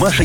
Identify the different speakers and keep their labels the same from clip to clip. Speaker 1: Маша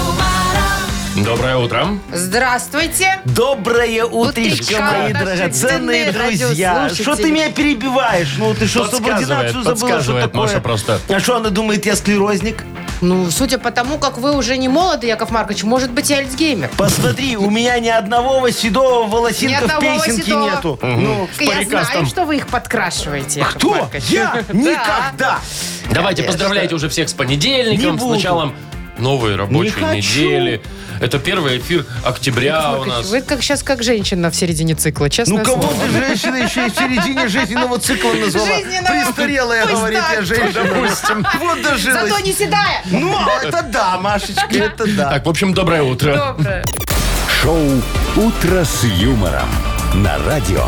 Speaker 2: Доброе утро.
Speaker 3: Здравствуйте.
Speaker 4: Доброе утречко,
Speaker 3: Утречка,
Speaker 4: мои
Speaker 3: наши
Speaker 4: драгоценные
Speaker 3: ценные
Speaker 4: друзья.
Speaker 3: радиослушатели.
Speaker 4: Что ты меня перебиваешь? Ну, ты что,
Speaker 2: Подсказывает,
Speaker 4: субординацию забыла? Что
Speaker 2: подсказывает
Speaker 4: такое?
Speaker 2: Маша просто.
Speaker 4: А что она думает, я склерозник?
Speaker 3: Ну, судя по тому, как вы уже не молоды, Яков Маркович, может быть и Альцгеймер.
Speaker 4: Посмотри, у меня ни одного седого волосинка
Speaker 3: Ни
Speaker 4: в
Speaker 3: одного
Speaker 4: песенке
Speaker 3: седого.
Speaker 4: нету. Ну,
Speaker 3: Я
Speaker 2: парикастом.
Speaker 3: знаю, что вы их подкрашиваете, Яков
Speaker 4: кто?
Speaker 3: Маркович.
Speaker 4: Я?
Speaker 3: Да.
Speaker 4: Никогда!
Speaker 2: Давайте поздравляйте уже всех с понедельником,
Speaker 4: Э, Не
Speaker 2: с
Speaker 4: буду.
Speaker 2: началом новой рабочей
Speaker 4: Не хочу.
Speaker 2: недели. Это первый эфир октября у
Speaker 3: Яков Маркович,
Speaker 2: нас.
Speaker 3: Вы как сейчас как женщина в середине цикла, честно.
Speaker 4: Ну, кого ты женщина еще и в середине жизненного цикла назвала?
Speaker 3: Жизненного.
Speaker 4: Престарелая,
Speaker 3: Пусть
Speaker 4: говорит, я
Speaker 3: так.
Speaker 4: женщина. Допустим. Вот
Speaker 3: Зато
Speaker 4: дожилась.
Speaker 3: не седая.
Speaker 4: Ну, это да, Машечка, это да.
Speaker 2: Так, в общем, доброе утро.
Speaker 3: Доброе.
Speaker 1: Шоу «Утро с юмором» на радио.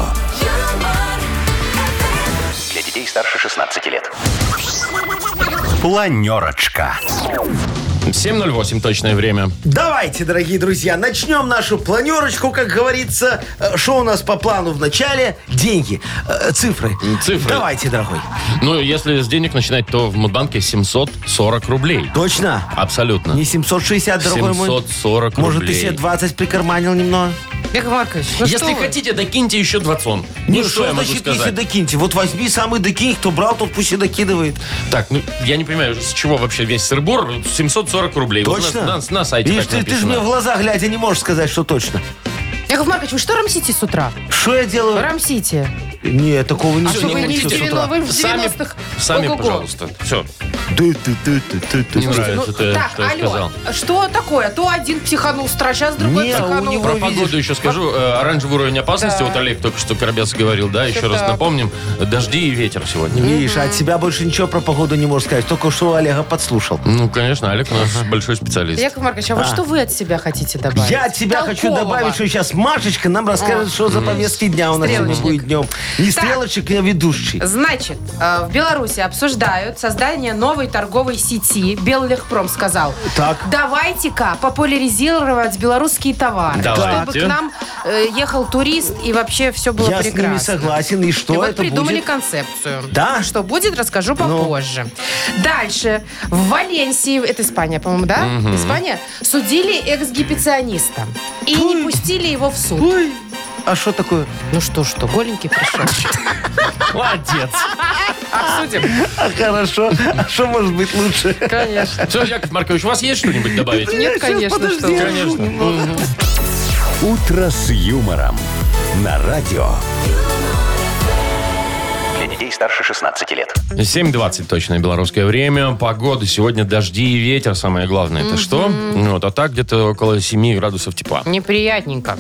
Speaker 1: Для детей старше 16 лет. Планерочка.
Speaker 2: 7.08 точное время.
Speaker 4: Давайте, дорогие друзья, начнем нашу планерочку, как говорится. Э, Что у нас по плану в начале? Деньги, э, цифры.
Speaker 2: М, цифры.
Speaker 4: Давайте, дорогой.
Speaker 2: Ну, если с денег начинать, то в Мудбанке 740 рублей.
Speaker 4: Точно?
Speaker 2: Абсолютно.
Speaker 4: Не 760, дорогой мой.
Speaker 2: 740
Speaker 4: Может, ты
Speaker 2: рублей.
Speaker 4: себе 20 прикарманил немного?
Speaker 3: Яков Маркович, ну что
Speaker 2: Если
Speaker 3: вы?
Speaker 2: хотите, докиньте еще 20. Ну, что я могу
Speaker 4: значит, если
Speaker 2: сказать?
Speaker 4: докиньте? Вот возьми самый докинь, кто брал, тот пусть и докидывает.
Speaker 2: Так, ну, я не понимаю, с чего вообще весь сырбор 740 рублей. Вот
Speaker 4: Точно?
Speaker 2: на, на- на сайте
Speaker 4: Видишь,
Speaker 2: так
Speaker 4: ты, ты же
Speaker 2: написано.
Speaker 4: мне в глаза глядя не можешь сказать, что точно.
Speaker 3: Яков Маркович, вы что рамсите с утра?
Speaker 4: Что я делаю?
Speaker 3: Рамсите.
Speaker 4: Не, такого не
Speaker 3: А что
Speaker 2: не
Speaker 3: вы не
Speaker 2: хотите
Speaker 3: в
Speaker 2: с утра?
Speaker 3: 90-х? Вы в
Speaker 2: Сами,
Speaker 3: 90-х.
Speaker 2: сами
Speaker 3: Ого-го.
Speaker 2: пожалуйста. Все. Не
Speaker 3: Слушайте,
Speaker 2: нравится,
Speaker 3: ну,
Speaker 2: ты,
Speaker 3: так,
Speaker 2: что я
Speaker 3: алло,
Speaker 2: сказал.
Speaker 3: что такое? То один психанул а с утра, сейчас другой
Speaker 4: Не, у
Speaker 3: психанул.
Speaker 4: него
Speaker 2: Про
Speaker 4: Вы
Speaker 2: погоду
Speaker 4: видишь.
Speaker 2: еще скажу. Э, Оранжевый уровень опасности. Вот Олег только что Коробец говорил, да, еще раз
Speaker 3: так.
Speaker 2: напомним. Дожди и ветер сегодня.
Speaker 4: Видишь, а от себя больше ничего про погоду не можешь сказать. Только что у Олега подслушал.
Speaker 2: Ну, конечно, Олег у нас большой специалист.
Speaker 3: Яков Маркович, а вот что вы от себя хотите добавить?
Speaker 4: Я от тебя
Speaker 3: Толкового. А.
Speaker 4: хочу добавить, что сейчас Машечка нам расскажет, что за повестки дня у нас сегодня
Speaker 3: Стрелочник.
Speaker 4: будет днем. Не стрелочек, а ведущий.
Speaker 3: Значит, э, в Беларуси обсуждают создание новой торговой сети. Беллегпром сказал.
Speaker 4: Так.
Speaker 3: Давайте-ка популяризировать белорусские товары,
Speaker 2: Давайте.
Speaker 3: чтобы к нам э, ехал турист и вообще все было
Speaker 4: Я с ними
Speaker 3: прекрасно.
Speaker 4: согласен. И что
Speaker 3: И вот
Speaker 4: это
Speaker 3: придумали
Speaker 4: будет?
Speaker 3: концепцию. Ну
Speaker 4: Да? Ну.
Speaker 3: Что будет, расскажу попозже. Дальше. В Валенсии, это Испания, по-моему, да? Испания, судили экс-гипициониста. И не пустили его в суд.
Speaker 4: Ой, а что такое?
Speaker 3: Ну что, что, голенький пришел.
Speaker 2: Молодец.
Speaker 3: Обсудим.
Speaker 4: А хорошо. А что может быть лучше?
Speaker 3: Конечно.
Speaker 2: Все, Яков Маркович, у вас есть что-нибудь добавить?
Speaker 3: Нет, конечно, что
Speaker 4: подожди.
Speaker 3: вы.
Speaker 2: Конечно. Мгм.
Speaker 1: «Утро с юмором» на радио. Для детей старше 16 лет.
Speaker 2: 7.20 точное белорусское время. Погода сегодня дожди и ветер, самое главное. Это что? Вот, а так где-то около 7 градусов тепла.
Speaker 3: Неприятненько.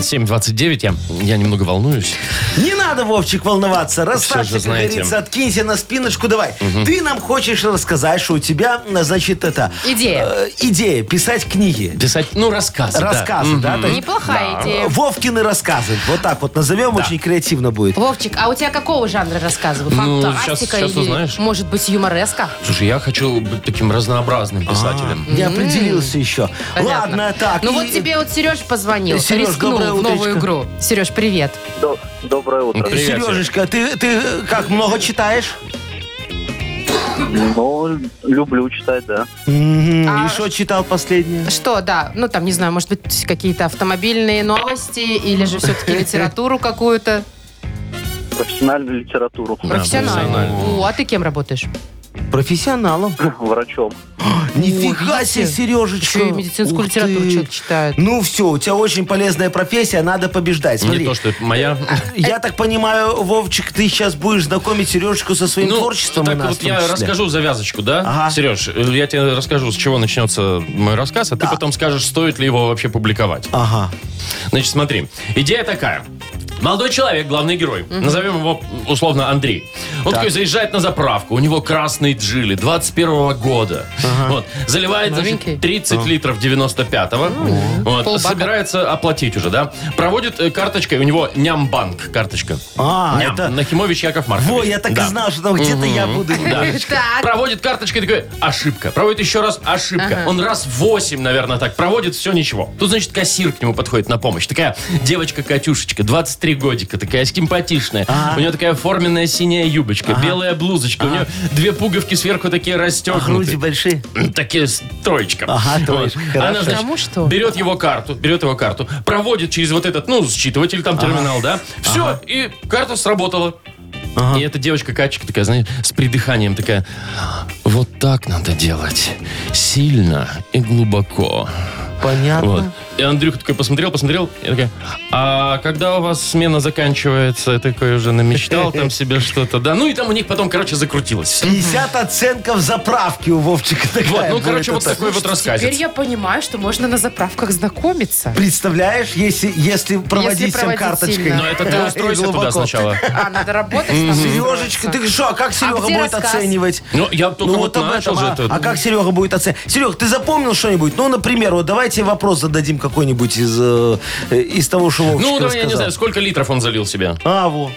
Speaker 2: 7.29, я, я немного волнуюсь.
Speaker 4: Не надо, Вовчик, волноваться.
Speaker 2: Всё же
Speaker 4: Расслабься, как
Speaker 2: знаете.
Speaker 4: говорится, откинься на спиночку, давай. Ты нам хочешь рассказать, что у тебя, э, значит, это...
Speaker 3: Идея.
Speaker 4: э, идея писать книги.
Speaker 2: Писать, ну, рассказы. да.
Speaker 4: Рассказы,
Speaker 2: Мгм.
Speaker 4: да? то есть,
Speaker 3: Неплохая
Speaker 4: э,
Speaker 3: идея.
Speaker 4: Вовкины рассказы. Вот так вот назовем, очень креативно будет.
Speaker 3: Вовчик, а у тебя какого жанра рассказывают?
Speaker 2: Ну,
Speaker 3: Фантастика
Speaker 2: щас- щас
Speaker 3: или,
Speaker 2: узнаешь.
Speaker 3: может быть, юмореска?
Speaker 2: Слушай, я хочу быть таким разнообразным
Speaker 4: А.
Speaker 2: писателем.
Speaker 4: Не определился еще.
Speaker 3: Понятно.
Speaker 4: Ладно, так.
Speaker 3: Ну
Speaker 4: и-
Speaker 3: вот тебе вот Сереж позвонил,
Speaker 4: Серёж,
Speaker 3: рискнул
Speaker 4: доброе
Speaker 3: в новую
Speaker 4: утречко.
Speaker 3: игру. Сереж, привет.
Speaker 5: До- Доброе утро.
Speaker 2: Ну, Привет, Серёж.
Speaker 4: Сережечка, ты, ты э, как, много читаешь?
Speaker 5: Ну, люблю читать, да.
Speaker 4: Мгм.
Speaker 3: А
Speaker 4: И что читал последнее?
Speaker 3: Что, да, ну там, не знаю, может быть, какие-то автомобильные новости или же все-таки литературу какую-то
Speaker 5: Профессиональную литературу.
Speaker 3: профессиональную. О, а ты кем работаешь?
Speaker 4: Профессионалом.
Speaker 5: Врачом.
Speaker 4: Нифига
Speaker 3: видите?
Speaker 4: себе, Сережечка.
Speaker 3: Еще и медицинскую
Speaker 4: Ух
Speaker 3: литературу
Speaker 4: ты.
Speaker 3: человек читает.
Speaker 4: Ну все, у тебя очень полезная профессия, надо побеждать.
Speaker 2: Не
Speaker 4: Смотри,
Speaker 2: то, что моя...
Speaker 4: я так понимаю, Вовчик, ты сейчас будешь знакомить Сережечку со своим творчеством
Speaker 2: Ну, так
Speaker 4: у нас.
Speaker 2: вот
Speaker 4: в том
Speaker 2: я
Speaker 4: числе.
Speaker 2: расскажу завязочку, да?
Speaker 4: Ага.
Speaker 2: Сереж, я тебе расскажу, с чего начнется мой рассказ, а ты потом скажешь, стоит ли его вообще публиковать.
Speaker 4: Ага.
Speaker 2: Значит, смотри, идея такая. Молодой человек, главный герой, назовем его условно Андрей. Он такой заезжает на заправку, у него красные джили 21 года. Вот, заливает значит,
Speaker 3: Новенький.
Speaker 2: 30 литров 95-го.
Speaker 4: Ну,
Speaker 2: Вот,
Speaker 3: полбака.
Speaker 2: собирается оплатить уже, да? Проводит э, карточкой, у него нямбанк карточка.
Speaker 4: А,
Speaker 2: Ням.
Speaker 4: это-
Speaker 2: Нахимович Яков Маркович.
Speaker 4: Во, я так
Speaker 2: Да.
Speaker 4: и знал, что там где-то я буду.
Speaker 2: Да.
Speaker 3: Так.
Speaker 2: Проводит карточкой, такой, ошибка. Проводит еще раз, ошибка. Он раз восемь, наверное, так проводит, все ничего. Тут, значит, кассир к нему подходит на помощь. Такая девочка Катюшечка, 23 годика, такая симпатичная. У нее такая форменная синяя юбочка, белая блузочка. У нее две пуговки сверху такие
Speaker 4: Груди
Speaker 2: расстегнуты.
Speaker 4: большие.
Speaker 2: Такие с- троечка.
Speaker 4: Ага, троечка,
Speaker 2: Вот.
Speaker 4: хорошо.
Speaker 2: Она, значит,
Speaker 3: Потому что?
Speaker 2: берет его карту, берет его карту, проводит через вот этот, ну, считыватель, там терминал, да. Все, и карта сработала. И эта девочка Катечка такая, знаешь, с придыханием такая, вот так надо делать. Сильно и глубоко.
Speaker 4: Понятно.
Speaker 2: Вот. И Андрюха такой посмотрел, посмотрел, и такая, а когда у вас смена заканчивается, я такой уже намечтал там себе что-то, да. Ну и там у них потом, короче, закрутилось.
Speaker 4: 50 оценков заправки у Вовчика
Speaker 2: Вот,
Speaker 4: такая
Speaker 2: ну,
Speaker 4: будет.
Speaker 2: короче, вот
Speaker 4: Это-
Speaker 2: такой вот
Speaker 3: Теперь
Speaker 2: рассказец.
Speaker 3: я понимаю, что можно на заправках знакомиться.
Speaker 4: Представляешь, если, если проводить всем
Speaker 3: проводить
Speaker 4: карточкой.
Speaker 3: сильно.
Speaker 2: Но это ты
Speaker 4: Да, и
Speaker 2: устройся туда
Speaker 4: глубоко.
Speaker 2: сначала.
Speaker 3: А, надо работать. надо
Speaker 4: Сережечка, ты что, а как Серега
Speaker 3: где
Speaker 4: будет
Speaker 3: рассказ?
Speaker 4: оценивать?
Speaker 2: Ну, я только вот начал же
Speaker 4: а,
Speaker 2: это.
Speaker 4: а как Серега будет оценивать? Серег, ты запомнил что-нибудь? Ну, например, вот давайте вопрос зададим какой-нибудь из, э, э, из того, что Вовчик
Speaker 2: Ну, да, я не
Speaker 4: рассказал.
Speaker 2: знаю, сколько литров он залил себе.
Speaker 4: А, во.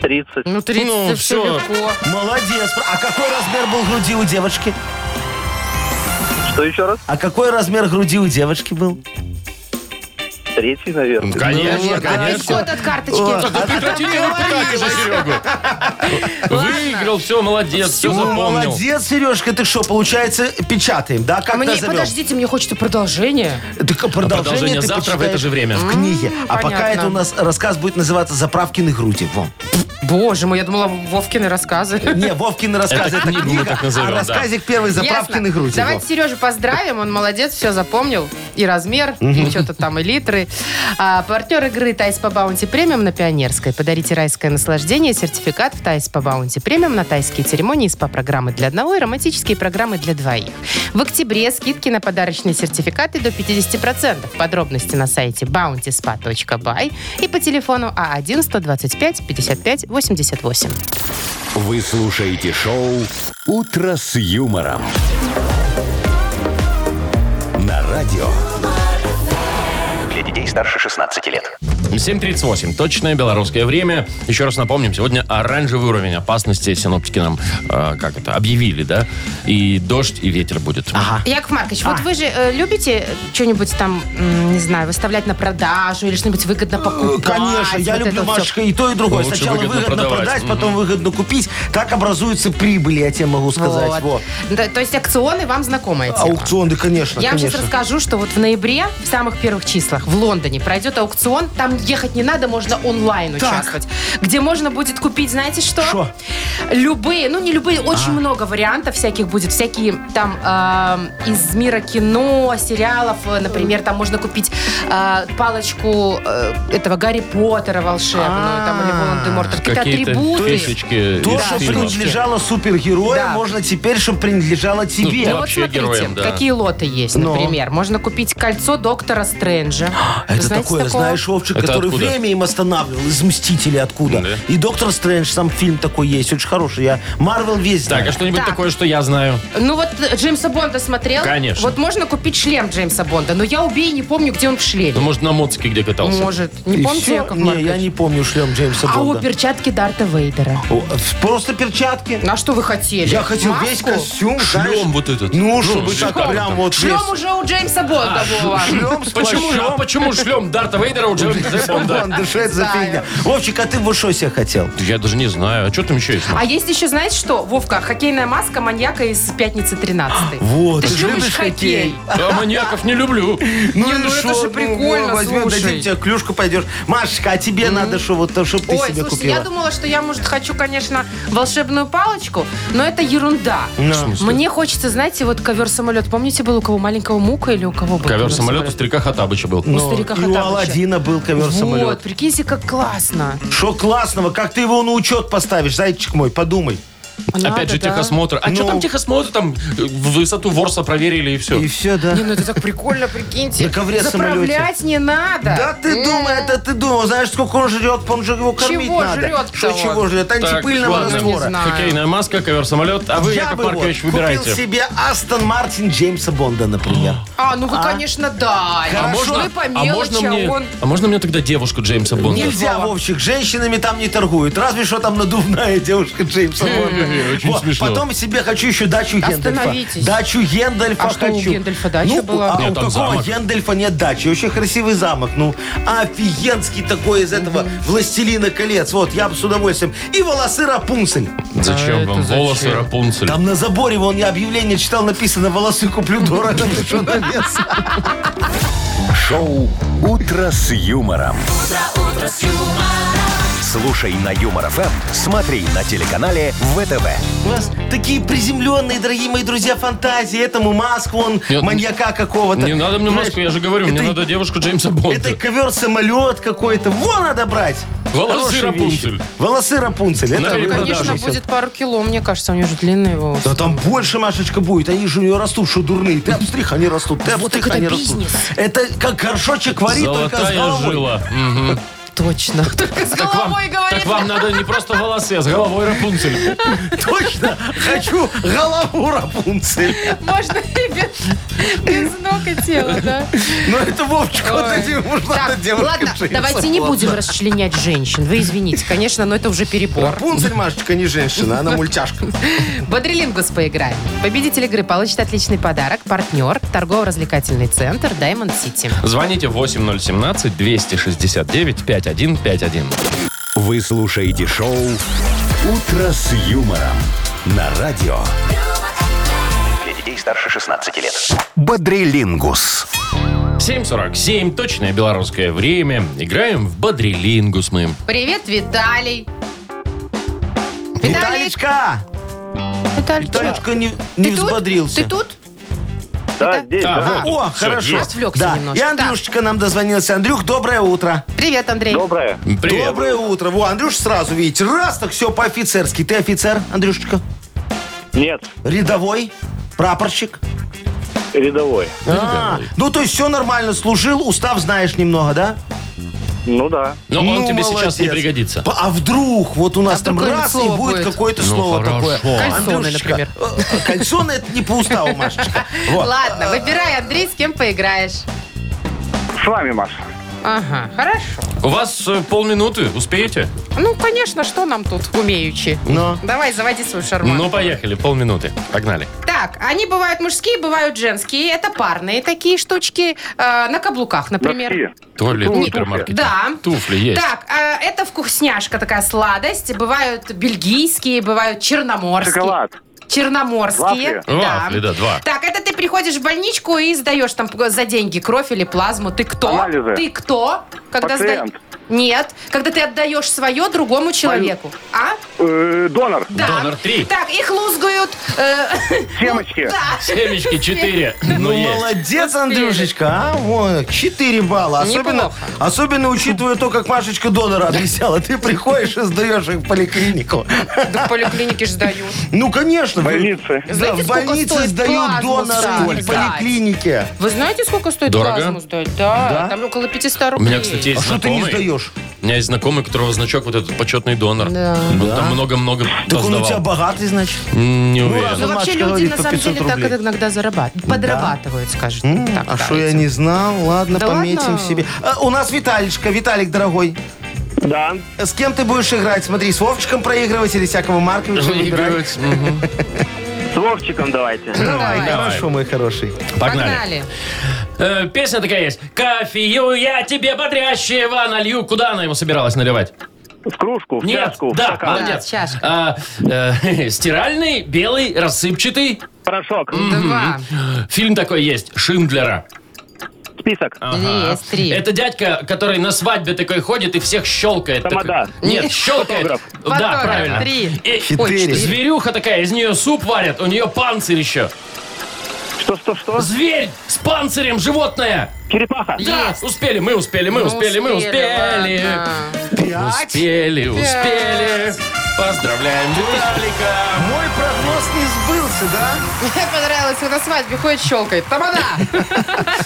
Speaker 5: 30.
Speaker 3: Ну, 30
Speaker 2: Ну,
Speaker 3: все
Speaker 2: всё.
Speaker 3: легко.
Speaker 4: Молодец. А какой размер был груди у девочки?
Speaker 5: Что еще раз?
Speaker 4: А какой размер груди у девочки был?
Speaker 5: Третий, наверное.
Speaker 4: Ну,
Speaker 2: Конечно,
Speaker 3: Опять
Speaker 2: конечно.
Speaker 3: кот от карточки.
Speaker 4: а,
Speaker 2: Да прекратите вы пытать уже Серегу. Выиграл, все, молодец, все
Speaker 4: Ну,
Speaker 2: запомнил.
Speaker 4: молодец, Сережка, ты что, получается, печатаем, да? Как
Speaker 3: А мне,
Speaker 4: назовем?
Speaker 3: подождите, мне хочется продолжение.
Speaker 4: Так, а продолжение,
Speaker 2: Продолжение
Speaker 4: ты
Speaker 2: завтра в
Speaker 4: почитаешь
Speaker 2: это же время.
Speaker 4: В книге. а пока
Speaker 3: понятно.
Speaker 4: это у нас рассказ будет называться «Заправкины груди». Во.
Speaker 3: Боже мой, я думала, Вовкины рассказы.
Speaker 4: Не, Вовкин рассказ,
Speaker 2: Это
Speaker 4: это
Speaker 2: книгу мы
Speaker 4: книга,
Speaker 2: так назовем,
Speaker 4: а
Speaker 2: да.
Speaker 4: рассказик первый «Заправкины
Speaker 3: Ясно.
Speaker 4: груди».
Speaker 3: Давайте Сережу поздравим, он молодец, все запомнил. И размер, и что-то там, и литры. А, партнер игры «Тайс по баунти премиум» на Пионерской. Подарите райское наслаждение, сертификат в «Тайс по баунти премиум» на тайские церемонии, СПА-программы для одного и романтические программы для двоих. В октябре скидки на подарочные сертификаты до 50%. Подробности на сайте bountyspa.by и по телефону А А1-125-55-88.
Speaker 1: Вы слушаете шоу «Утро с юмором». На радио.
Speaker 6: Для детей старше 16 лет.
Speaker 2: 7.38, точное белорусское время. Еще раз напомним, сегодня оранжевый уровень опасности синоптики нам, э, как это, объявили, да? И дождь, и ветер будет.
Speaker 3: Яков Маркович, вот вы же э, любите что-нибудь там, м, не знаю, выставлять на продажу или что-нибудь выгодно покупать?
Speaker 4: Конечно, я
Speaker 3: вот это
Speaker 4: люблю,
Speaker 3: вот всё.
Speaker 4: Машечка, и то, и другое.
Speaker 2: Лучше
Speaker 4: Сначала
Speaker 2: выгодно
Speaker 4: выгодно,
Speaker 2: продавать.
Speaker 4: продать,
Speaker 2: Мгм.
Speaker 4: потом выгодно купить. Так образуется прибыль, я тебе могу
Speaker 3: Вот.
Speaker 4: сказать. Вот.
Speaker 3: Да, то есть акционы вам знакомая тема.
Speaker 4: Аукцион, да, конечно,
Speaker 3: Я вам сейчас
Speaker 4: конечно.
Speaker 3: расскажу, что вот в ноябре, в самых первых числах, в Лондоне пройдет аукцион. Там ехать не надо, можно онлайн
Speaker 4: Так.
Speaker 3: участвовать. Где можно будет купить, знаете что?
Speaker 4: Шо?
Speaker 3: Любые, ну не любые, очень
Speaker 4: А.
Speaker 3: много вариантов всяких будет. Всякие там э, из мира кино, сериалов. э, Например, там можно купить э, палочку э, этого Гарри Поттера волшебную.
Speaker 4: А.
Speaker 3: Там или Волан-де Морта. Какие-то
Speaker 2: Какие-то
Speaker 3: атрибуты.
Speaker 2: фишечки
Speaker 4: То,
Speaker 2: из
Speaker 4: что
Speaker 2: фильмов.
Speaker 4: принадлежало супергерою,
Speaker 3: Да.
Speaker 4: можно теперь, чтобы принадлежало тебе.
Speaker 2: да.
Speaker 3: Ну вот
Speaker 2: Вообще
Speaker 3: смотрите,
Speaker 2: героям, да.
Speaker 3: какие лоты есть,
Speaker 4: Но. А,
Speaker 3: например. Можно купить кольцо доктора Стрэнджа.
Speaker 4: Это
Speaker 3: Знаете
Speaker 4: такое, знаешь, Вовчик,
Speaker 2: Это
Speaker 4: который
Speaker 2: откуда?
Speaker 4: время им останавливал, из «Мстителей» откуда.
Speaker 2: Да.
Speaker 4: И «Доктор Стрэндж», сам фильм такой есть, очень хороший. Я Марвел весь
Speaker 2: Так,
Speaker 4: знаю.
Speaker 2: а что-нибудь
Speaker 3: Так.
Speaker 2: такое, что я знаю?
Speaker 3: Ну вот э, Джеймса Бонда смотрел?
Speaker 2: Конечно.
Speaker 3: Вот можно купить шлем Джеймса Бонда, но я убей не помню, где он в
Speaker 2: Ну,
Speaker 3: шлеме.
Speaker 2: может, на моцике где катался?
Speaker 3: Может. Не
Speaker 4: И
Speaker 3: помните,
Speaker 4: всё?
Speaker 3: Яков
Speaker 4: Не, я
Speaker 3: Маркович?
Speaker 4: не помню шлем Джеймса
Speaker 3: А у
Speaker 4: Бонда.
Speaker 3: перчатки Дарта Вейдера.
Speaker 4: О, в- Просто перчатки.
Speaker 3: На что вы хотели?
Speaker 4: Я хотел
Speaker 3: Э, Маску?
Speaker 4: весь костюм. знаешь,
Speaker 2: Шлем вот этот.
Speaker 4: Ну, чтобы
Speaker 2: шлем.
Speaker 4: так прям вот
Speaker 3: Шлем
Speaker 4: весь. А,
Speaker 3: уже у Джеймса Бонда, Вова.
Speaker 4: Шлем с
Speaker 2: Почему, же- а
Speaker 4: плащом.
Speaker 2: почему шлем Дарта Вейдера у Джеймса Бонда?
Speaker 4: Вон, да что это за
Speaker 3: Знаю.
Speaker 4: фигня? Вовчик, а ты бы что себе хотел?
Speaker 2: Я даже не знаю. А что там еще есть?
Speaker 3: А есть еще, знаешь что, Вовка, хоккейная маска маньяка из «Пятницы 13
Speaker 4: Вот,
Speaker 3: Ты
Speaker 4: ты
Speaker 3: ж
Speaker 4: же
Speaker 3: любишь
Speaker 4: любишь хоккей.
Speaker 3: хоккей.
Speaker 2: А маньяков не люблю.
Speaker 3: Не, ну это
Speaker 4: шо?
Speaker 3: же прикольно,
Speaker 4: ну, возьмем,
Speaker 3: слушай.
Speaker 4: дадим тебе клюшку, пойдешь. Машечка, а тебе надо что, вот, чтобы ты
Speaker 3: Ой,
Speaker 4: себе
Speaker 3: слушайте, я
Speaker 4: купила?
Speaker 3: думала, что я, может, хочу, конечно, волшебную палочку, но это ерунда.
Speaker 2: Ну,
Speaker 3: Мне хочется, знаете, вот ковер-самолет. Помните, был у кого маленького мука или у кого был?
Speaker 2: Ковер самолета старика Хатабыча был.
Speaker 3: Ну,
Speaker 4: Ну,
Speaker 3: старика
Speaker 4: и у
Speaker 3: Хаттабыча.
Speaker 4: Аладдина был
Speaker 3: Вот,
Speaker 4: ковер-самолет.
Speaker 3: прикиньте, как классно.
Speaker 4: Что классного? Как ты его на учет поставишь, зайчик мой, подумай.
Speaker 2: Ну, Опять
Speaker 3: Надо,
Speaker 2: же
Speaker 3: да.
Speaker 2: техосмотр. А
Speaker 4: Ну.
Speaker 2: что там техосмотр? Там э, высоту ворса проверили и все.
Speaker 4: И все, да.
Speaker 3: Не, ну это так прикольно, прикиньте.
Speaker 4: На ковре-самолете.
Speaker 3: Заправлять не надо.
Speaker 4: Да ты думай, это ты думал. Знаешь, сколько он жрет, он же его кормить
Speaker 3: Чего
Speaker 4: надо.
Speaker 3: жрет-то
Speaker 4: Что
Speaker 3: он?
Speaker 4: чего жрет? Антипыльного
Speaker 2: ладно.
Speaker 4: раствора.
Speaker 3: знаю.
Speaker 2: Хоккейная маска, ковер-самолет. А вы,
Speaker 4: Я
Speaker 2: Яков
Speaker 4: бы вот
Speaker 2: Маркович,
Speaker 4: купил
Speaker 2: выбирайте.
Speaker 4: себе Астон Мартин Джеймса Бонда, например.
Speaker 3: А, ну вы, конечно, да.
Speaker 2: А
Speaker 3: Хорошо,
Speaker 2: можно,
Speaker 3: вы по
Speaker 2: а, можно
Speaker 3: мелочи, а
Speaker 2: мне,
Speaker 3: он...
Speaker 2: а можно мне тогда девушку Джеймса Бонда?
Speaker 4: Нельзя,
Speaker 3: Слово.
Speaker 4: Вовчик, женщинами там не торгуют. Разве что там надувная девушка Джеймса Бонда.
Speaker 2: Очень
Speaker 4: Вот,
Speaker 2: смешно.
Speaker 4: Потом себе хочу еще дачу Гендельфа.
Speaker 3: Остановитесь.
Speaker 4: Дачу Гендельфа
Speaker 3: А что, у
Speaker 4: хочу.
Speaker 3: Гендельфа дача
Speaker 4: ну,
Speaker 3: была?
Speaker 4: А
Speaker 2: Нет,
Speaker 4: у
Speaker 2: там
Speaker 4: какого
Speaker 2: замок.
Speaker 4: Гендельфа нет дачи? Очень красивый замок. Ну, офигенский такой из этого «Властелина колец». Вот, я бы с удовольствием. И волосы Рапунцель.
Speaker 2: Зачем
Speaker 3: это
Speaker 2: вам
Speaker 3: зачем?
Speaker 2: волосы Рапунцель?
Speaker 4: Там на заборе, вон, я объявление читал, написано «Волосы куплю дорого». Ты что, наглец?
Speaker 1: Шоу «Утро с юмором». Слушай на Юмор ФМ, смотри на телеканале ВТВ. ТВ.
Speaker 4: У нас такие приземленные, дорогие мои друзья, фантазии. Этому маску, он
Speaker 2: Нет,
Speaker 4: маньяка какого-то.
Speaker 2: Не надо мне
Speaker 4: Знаешь,
Speaker 2: Москву, я же говорю, мне
Speaker 4: это-
Speaker 2: надо девушку Джеймса Бонда.
Speaker 4: Это ковер-самолет какой-то. Во надо брать.
Speaker 2: Волосы
Speaker 4: Хорошие
Speaker 2: Рапунцель.
Speaker 4: вещи. Волосы Рапунцель.
Speaker 2: На
Speaker 4: Это
Speaker 2: Ну, перепродаже.
Speaker 4: конечно,
Speaker 3: Конечно,
Speaker 2: продажи
Speaker 3: будет пару кило, мне кажется, у нее же длинные волосы.
Speaker 4: Да там больше, Машечка, будет. Они же у нее растут, что дурные. Ты обстрих, они растут. Ты
Speaker 3: Вот
Speaker 4: обстрих,
Speaker 3: это
Speaker 4: они
Speaker 3: бизнес.
Speaker 4: растут. Это как горшочек варит, только с
Speaker 2: Золотая
Speaker 4: головой.
Speaker 2: жила. Мгм.
Speaker 3: Точно. Только с
Speaker 2: Так вам,
Speaker 3: головой говорит.
Speaker 2: так вам надо не просто волосы, а с головой Рапунцель.
Speaker 4: Точно. Хочу голову Рапунцель.
Speaker 3: Можно и без, без ног и тела, да?
Speaker 4: Ну это Вовчик, вот
Speaker 3: Ой.
Speaker 4: этим уж надо
Speaker 3: Так,
Speaker 4: девушкам
Speaker 3: ладно,
Speaker 4: шею
Speaker 3: давайте не
Speaker 4: свободно.
Speaker 3: будем расчленять женщин. Вы извините, конечно, но это уже перебор.
Speaker 4: Рапунцель, Машечка, не женщина, она мультяшка.
Speaker 3: В Бодрилингус поиграем. Победитель игры получит отличный подарок. Партнер, торгово-развлекательный центр Diamond City.
Speaker 2: Звоните 8017-269-5151.
Speaker 1: Вы слушаете шоу «Утро с юмором» на радио
Speaker 6: Для детей старше 16 лет.
Speaker 1: «Бодрилингус».
Speaker 2: 7.47, точное белорусское время. Играем в Бодрилингус мы.
Speaker 3: Привет, Виталий.
Speaker 4: Виталичка!
Speaker 3: Виталий,
Speaker 4: Виталичка не,
Speaker 3: ты
Speaker 4: не
Speaker 3: тут?
Speaker 4: взбодрился.
Speaker 3: Ты тут?
Speaker 5: Да, здесь,
Speaker 2: А,
Speaker 5: да.
Speaker 2: вот.
Speaker 4: О,
Speaker 2: Всё,
Speaker 4: хорошо.
Speaker 2: есть.
Speaker 3: Отвлекся
Speaker 4: Да. И
Speaker 3: немножко.
Speaker 4: Андрюшечка нам дозвонился. Андрюх, доброе утро.
Speaker 3: Привет, Андрей.
Speaker 5: Доброе.
Speaker 2: Привет.
Speaker 4: Доброе утро. Во, Андрюш сразу, видите, раз так все по-офицерски. Ты офицер, Андрюшечка?
Speaker 5: Нет,
Speaker 4: Рядовой? Прапорщик?
Speaker 5: рядовой.
Speaker 4: А, ну, то есть все нормально, служил, устав знаешь немного, да?
Speaker 5: Ну да.
Speaker 2: Но он
Speaker 4: Ну,
Speaker 2: тебе сейчас не
Speaker 4: молодец.
Speaker 2: пригодится.
Speaker 4: П- А вдруг вот у нас
Speaker 3: А
Speaker 4: там
Speaker 3: вдруг
Speaker 4: раз и
Speaker 3: слово
Speaker 4: будет
Speaker 3: будет?
Speaker 4: какое-то
Speaker 2: Ну,
Speaker 4: слово
Speaker 2: хорошо.
Speaker 4: такое.
Speaker 3: Кальсоны,
Speaker 4: Андрюшечка,
Speaker 3: например.
Speaker 4: э, э, Кальсоны это не по уставу, Машечка. Вот.
Speaker 3: Ладно, выбирай, Андрей, с кем поиграешь.
Speaker 5: С вами, Маша.
Speaker 3: Ага, хорошо.
Speaker 2: У вас э, полминуты, успеете?
Speaker 3: Ну, конечно, что нам тут умеючи?
Speaker 4: Но.
Speaker 3: Давай, заводи свой шарман.
Speaker 2: Ну, поехали, полминуты. Погнали.
Speaker 3: Так, они бывают мужские, бывают женские. Это парные такие штучки э, на каблуках, например.
Speaker 5: Носки.
Speaker 2: Туалет в
Speaker 5: Туфли.
Speaker 2: супермаркете.
Speaker 3: Да.
Speaker 2: Туфли есть.
Speaker 3: Так, э, это вкусняшка такая, сладость. Бывают бельгийские, бывают черноморские.
Speaker 5: Шоколад.
Speaker 3: Черноморские.
Speaker 5: Вафли.
Speaker 2: Вафли, да, два.
Speaker 3: Так, это ты приходишь в больничку и сдаешь там за деньги кровь или плазму. Ты кто?
Speaker 5: Анализы.
Speaker 3: Ты кто? Когда сда-
Speaker 5: Пациент.
Speaker 3: Нет, когда ты отдаешь свое другому человеку. А?
Speaker 5: Э, Донор.
Speaker 3: Да.
Speaker 2: Донор три.
Speaker 3: Так, их лузгают. э,
Speaker 5: Семочки.
Speaker 3: да.
Speaker 2: Семечки четыре. Ну,
Speaker 4: Ну,
Speaker 2: есть.
Speaker 4: молодец, Андрюшечка, а? Вон, 4 балла. Особенно,
Speaker 3: Неплохо.
Speaker 4: особенно учитывая то, как Машечка донора объясняла. Ты приходишь и сдаешь их в поликлинику.
Speaker 3: Да в поликлинике ж дают.
Speaker 4: Ну, конечно.
Speaker 5: В больнице.
Speaker 4: Да,
Speaker 3: Знаете,
Speaker 4: в
Speaker 3: сколько
Speaker 4: больнице
Speaker 3: стоит
Speaker 4: сдают
Speaker 3: плазму
Speaker 4: донора
Speaker 3: сдать?
Speaker 4: в поликлинике.
Speaker 3: Вы знаете, сколько стоит
Speaker 2: Дорого?
Speaker 3: плазму сдать? Да,
Speaker 4: Да?
Speaker 3: там около 500
Speaker 2: У
Speaker 3: рублей.
Speaker 2: меня, кстати, есть
Speaker 4: А что ты не
Speaker 2: знакомый.
Speaker 4: сдаешь?
Speaker 2: У меня есть знакомый, у которого значок вот этот почетный донор.
Speaker 3: Да.
Speaker 2: Он там много-много
Speaker 4: Так он у
Speaker 2: сдавал.
Speaker 4: тебя богатый, значит.
Speaker 2: М, Не
Speaker 4: Ну,
Speaker 2: уверен.
Speaker 3: Ну, вообще
Speaker 4: Машечка
Speaker 3: люди,
Speaker 4: говорит,
Speaker 3: на
Speaker 4: по
Speaker 3: самом
Speaker 4: 500
Speaker 3: деле, так
Speaker 4: рублей.
Speaker 3: иногда зарабатывают. Подрабатывают, скажет. Так,
Speaker 4: А
Speaker 3: да,
Speaker 4: что я
Speaker 3: этим.
Speaker 4: не знал? Ладно,
Speaker 3: Да
Speaker 4: пометим
Speaker 3: ладно.
Speaker 4: себе. А, у нас Виталичка. Виталик, дорогой.
Speaker 5: Да.
Speaker 4: С кем ты будешь играть? Смотри, с Вовчиком проигрывать или с Яковом Марковичем выбирать?
Speaker 2: Выигрывать. Ну, Мгм.
Speaker 5: С Вовчиком давайте.
Speaker 3: Давай.
Speaker 4: Хорошо, мой хороший.
Speaker 2: Ну, Погнали.
Speaker 3: Погнали.
Speaker 2: Э, Песня такая есть. Кофею я тебе бодрящего налью. Куда она ему собиралась наливать?
Speaker 5: В кружку, в
Speaker 2: Нет,
Speaker 5: чашку, в
Speaker 2: да,
Speaker 5: стакан.
Speaker 2: молодец.
Speaker 3: Да, чашка.
Speaker 2: А, э, стиральный, белый, рассыпчатый. Э,
Speaker 5: Порошок.
Speaker 3: Два.
Speaker 2: Фильм такой есть. Шиндлера.
Speaker 5: Список.
Speaker 2: Ага.
Speaker 3: Есть три.
Speaker 2: Это дядька, который на свадьбе такой ходит и всех щелкает.
Speaker 5: Тамада.
Speaker 2: Такой. Нет, щелкает.
Speaker 5: Фотограф.
Speaker 2: Да,
Speaker 3: Фотограф.
Speaker 2: правильно.
Speaker 3: Три.
Speaker 2: И-
Speaker 4: Четыре.
Speaker 2: Ой, зверюха такая, из нее суп варят, у нее панцирь еще.
Speaker 5: Что, что, что?
Speaker 2: Зверь с панцирем, животное.
Speaker 5: Черепаха.
Speaker 2: Да, успели, мы успели, мы
Speaker 3: Ну,
Speaker 2: успели, мы успели.
Speaker 3: ладно.
Speaker 4: Пять.
Speaker 2: Успели, успели. Поздравляем Виталика.
Speaker 4: Мой прогноз не сбылся, да?
Speaker 3: Мне понравилось, когда на свадьбе ходит, щелкает. Тамада!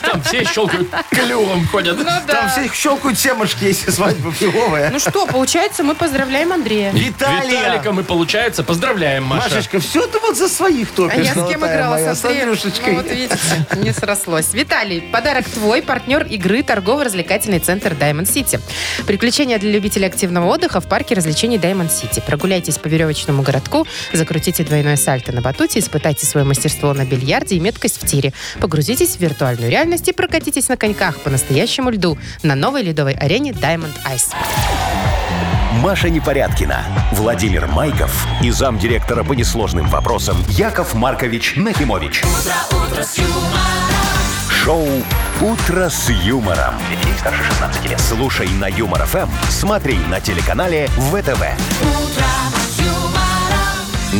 Speaker 2: Там все щелкают клювом ходят.
Speaker 3: Ну
Speaker 4: Там
Speaker 3: да.
Speaker 4: все щелкают семушки, если свадьба фиговая.
Speaker 3: Ну что, получается, мы поздравляем Андрея.
Speaker 4: Виталия!
Speaker 2: Виталика мы, получается, поздравляем, Маша.
Speaker 4: Машечка, все ты вот за своих топишь.
Speaker 3: А я с кем
Speaker 4: золотая
Speaker 3: играла?
Speaker 4: моя,
Speaker 3: с Андреем?
Speaker 4: Андрюшечкой.
Speaker 3: Ну, вот видите, не срослось. Виталий, подарок твой, партнер игры торгово-развлекательный центр Diamond City. Приключения для любителей активного отдыха в парке развлечений Diamond City. Прогуляйтесь по веревочному городку, закрутите двойное сальто на батуте, испытайте свое мастерство на бильярде и меткость в тире. Погрузитесь в виртуальную реальность и прокатитесь на коньках по настоящему льду на новой ледовой арене Diamond Ice.
Speaker 1: Маша Непорядкина, Владимир Майков и замдиректора по несложным вопросам Яков Маркович Нахимович. Шоу Утро с юмором.
Speaker 6: Для детей старше 16 лет.
Speaker 1: Слушай на юмор ФМ, смотри на телеканале ВТВ.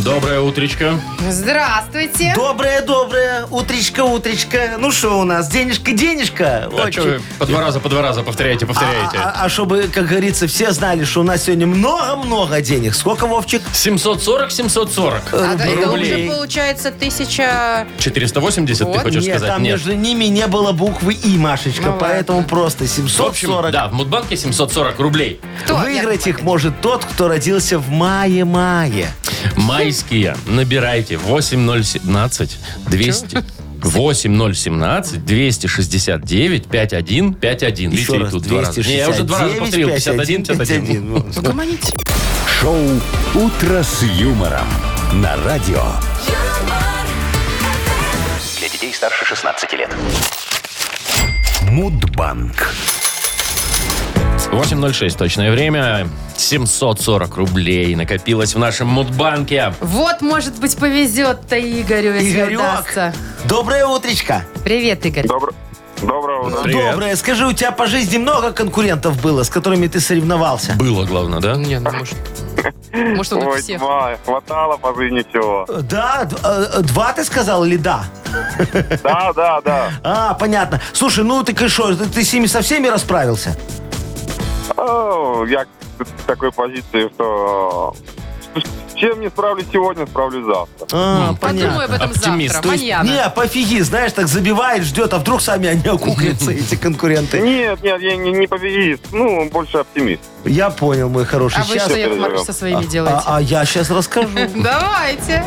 Speaker 2: Доброе утречко.
Speaker 3: Здравствуйте.
Speaker 4: Доброе, доброе, утречко, утречко. Ну что у нас, денежка, денежка.
Speaker 2: А что вы по два раза, по два раза повторяете, повторяете?
Speaker 4: А, а- а чтобы, как говорится, все знали, что у нас сегодня много-много денег. Сколько, Вовчик?
Speaker 2: 740-740.
Speaker 3: А, да, это
Speaker 2: Рублей.
Speaker 3: уже получается тысяча...
Speaker 2: 480, ты
Speaker 3: Вот,
Speaker 2: хочешь
Speaker 4: Нет,
Speaker 2: сказать?
Speaker 4: там
Speaker 2: Нет.
Speaker 4: между ними не было буквы «И», Машечка,
Speaker 3: Ну
Speaker 4: поэтому просто
Speaker 2: В общем,
Speaker 4: 740.
Speaker 2: да, в Мудбанке 740 рублей.
Speaker 3: Кто?
Speaker 4: Выиграть
Speaker 3: Яков Маркович?
Speaker 4: их может тот, кто родился в мае-мае.
Speaker 2: Майские. Набирайте 8017 200 8017 269 5151.
Speaker 4: Еще
Speaker 2: Видите,
Speaker 4: раз,
Speaker 2: тут два раза.
Speaker 4: 269,
Speaker 2: Не, я уже два раза повторил. 51, 51.
Speaker 4: 51.
Speaker 3: Угомоните.
Speaker 1: Шоу «Утро с юмором» на радио.
Speaker 7: юмор,
Speaker 6: Для детей старше 16 лет.
Speaker 1: Мудбанк.
Speaker 2: 8.06 точное время. 740 рублей накопилось в нашем Мудбанке.
Speaker 3: Вот, может быть, повезет-то Игорю, если удастся.
Speaker 4: Игорек, доброе утречко.
Speaker 3: Привет, Игорь.
Speaker 8: Доброе утро.
Speaker 2: Привет.
Speaker 4: Доброе. Скажи, у тебя по жизни много конкурентов было, с которыми ты соревновался?
Speaker 2: Было, главное, да?
Speaker 3: Не, ну, может... Может, он у
Speaker 8: Ой,
Speaker 3: всех.
Speaker 8: тьма, хватало по жизни всего.
Speaker 4: Да, д- э, э, два ты сказал или да?
Speaker 8: Да, да, да.
Speaker 4: А, понятно. Слушай, ну ты что, ты, ты с ними со всеми расправился?
Speaker 8: О, Ну, Я в такой позиции, что э, с чем не справлюсь сегодня, справлюсь завтра.
Speaker 4: А,
Speaker 3: Подумай об этом
Speaker 2: Оптимист.
Speaker 3: завтра.
Speaker 2: То есть
Speaker 3: Маньяна.
Speaker 4: Не, пофиги, знаешь, так забивает, ждет, а вдруг сами они окуклятся, эти конкуренты.
Speaker 8: Нет, нет, я не, не победитель, ну, больше оптимист.
Speaker 4: Я понял, мой хороший.
Speaker 3: А вы
Speaker 4: щас-
Speaker 3: что, Яков Маркович, со своими делаете?
Speaker 4: А, а я сейчас расскажу.
Speaker 3: а. Давайте.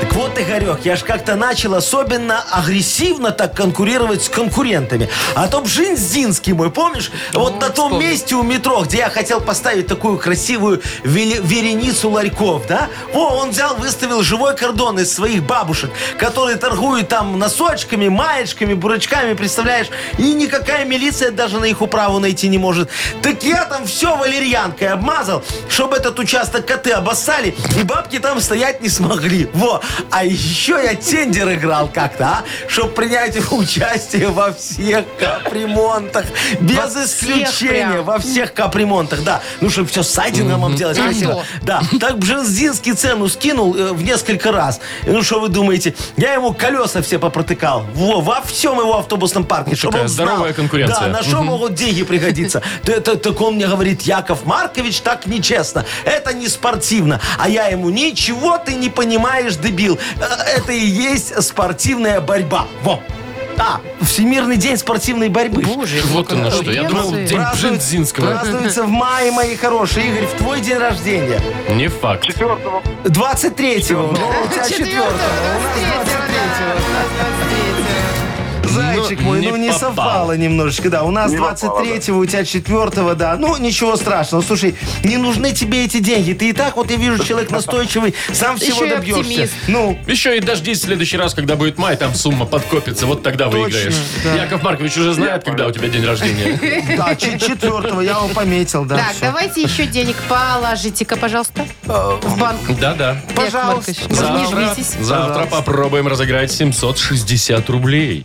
Speaker 4: Так вот, Игорек, я ж как-то начал особенно агрессивно так конкурировать с конкурентами. А то Бжинзинский мой, помнишь? вот на том
Speaker 3: вспомнил.
Speaker 4: месте у метро, где я хотел поставить такую красивую веле- вереницу ларьков, да? О, он взял, выставил живой кордон из своих бабушек, которые торгуют там носочками, маечками, бурачками, представляешь? И никакая милиция даже на их управу найти не может. Так я там все валерьянкой обмазал, чтобы этот участок коты обоссали, и бабки там стоять не смогли. Во! А еще я тендер играл как-то, а? Чтобы принять участие во всех капремонтах. Без
Speaker 3: Во всех
Speaker 4: исключения.
Speaker 3: прям.
Speaker 4: Во всех капремонтах, да. Ну, чтобы все сайдингом обделать красиво. Да. Так Бжензинский цену скинул э, в несколько раз. И Ну, что вы думаете? Я ему колеса все попротыкал. Во, во всем его автобусном парке. Чтобы
Speaker 2: такая
Speaker 4: он знал.
Speaker 2: здоровая конкуренция.
Speaker 4: Да, на что могут деньги пригодиться? Т- т- Так он мне говорит, Яков Маркович, так нечестно. Это не спортивно. А я ему, ничего ты не понимаешь, дебил. Э, Это и есть спортивная борьба. Во. А, Всемирный день спортивной борьбы.
Speaker 2: Вот оно что. Я думал,
Speaker 3: Конкуренции.
Speaker 2: день
Speaker 4: Празднует-
Speaker 2: Бжензинского.
Speaker 4: Празднуется в мае, мои хорошие. Игорь, в твой день рождения.
Speaker 2: Не факт.
Speaker 8: 4
Speaker 4: 23-го. Ну, у тебя 4 Зайчик
Speaker 2: Ну,
Speaker 4: мой,
Speaker 2: не
Speaker 4: ну не
Speaker 2: попал.
Speaker 4: совпало немножечко, да. У нас
Speaker 8: Не попало,
Speaker 4: 23-го, у тебя 4 да. Ну, ничего страшного. Слушай, не нужны тебе эти деньги. Ты и так, вот я вижу, человек настойчивый, сам всего
Speaker 3: Еще и
Speaker 4: добьешься.
Speaker 3: оптимист.
Speaker 4: Ну,
Speaker 2: Еще и дождись в следующий раз, когда будет май, там сумма подкопится, вот тогда выиграешь. Яков Маркович уже знает, когда у тебя день рождения.
Speaker 4: да, 4 я вам пометил, да.
Speaker 3: Так,
Speaker 4: всё.
Speaker 3: давайте еще денег положите-ка, пожалуйста, в банк.
Speaker 2: Да-да.
Speaker 4: Пожалуйста.
Speaker 3: Яков Маркович,
Speaker 2: Завтра,
Speaker 3: Вознежитесь.
Speaker 2: завтра попробуем разыграть 760 рублей.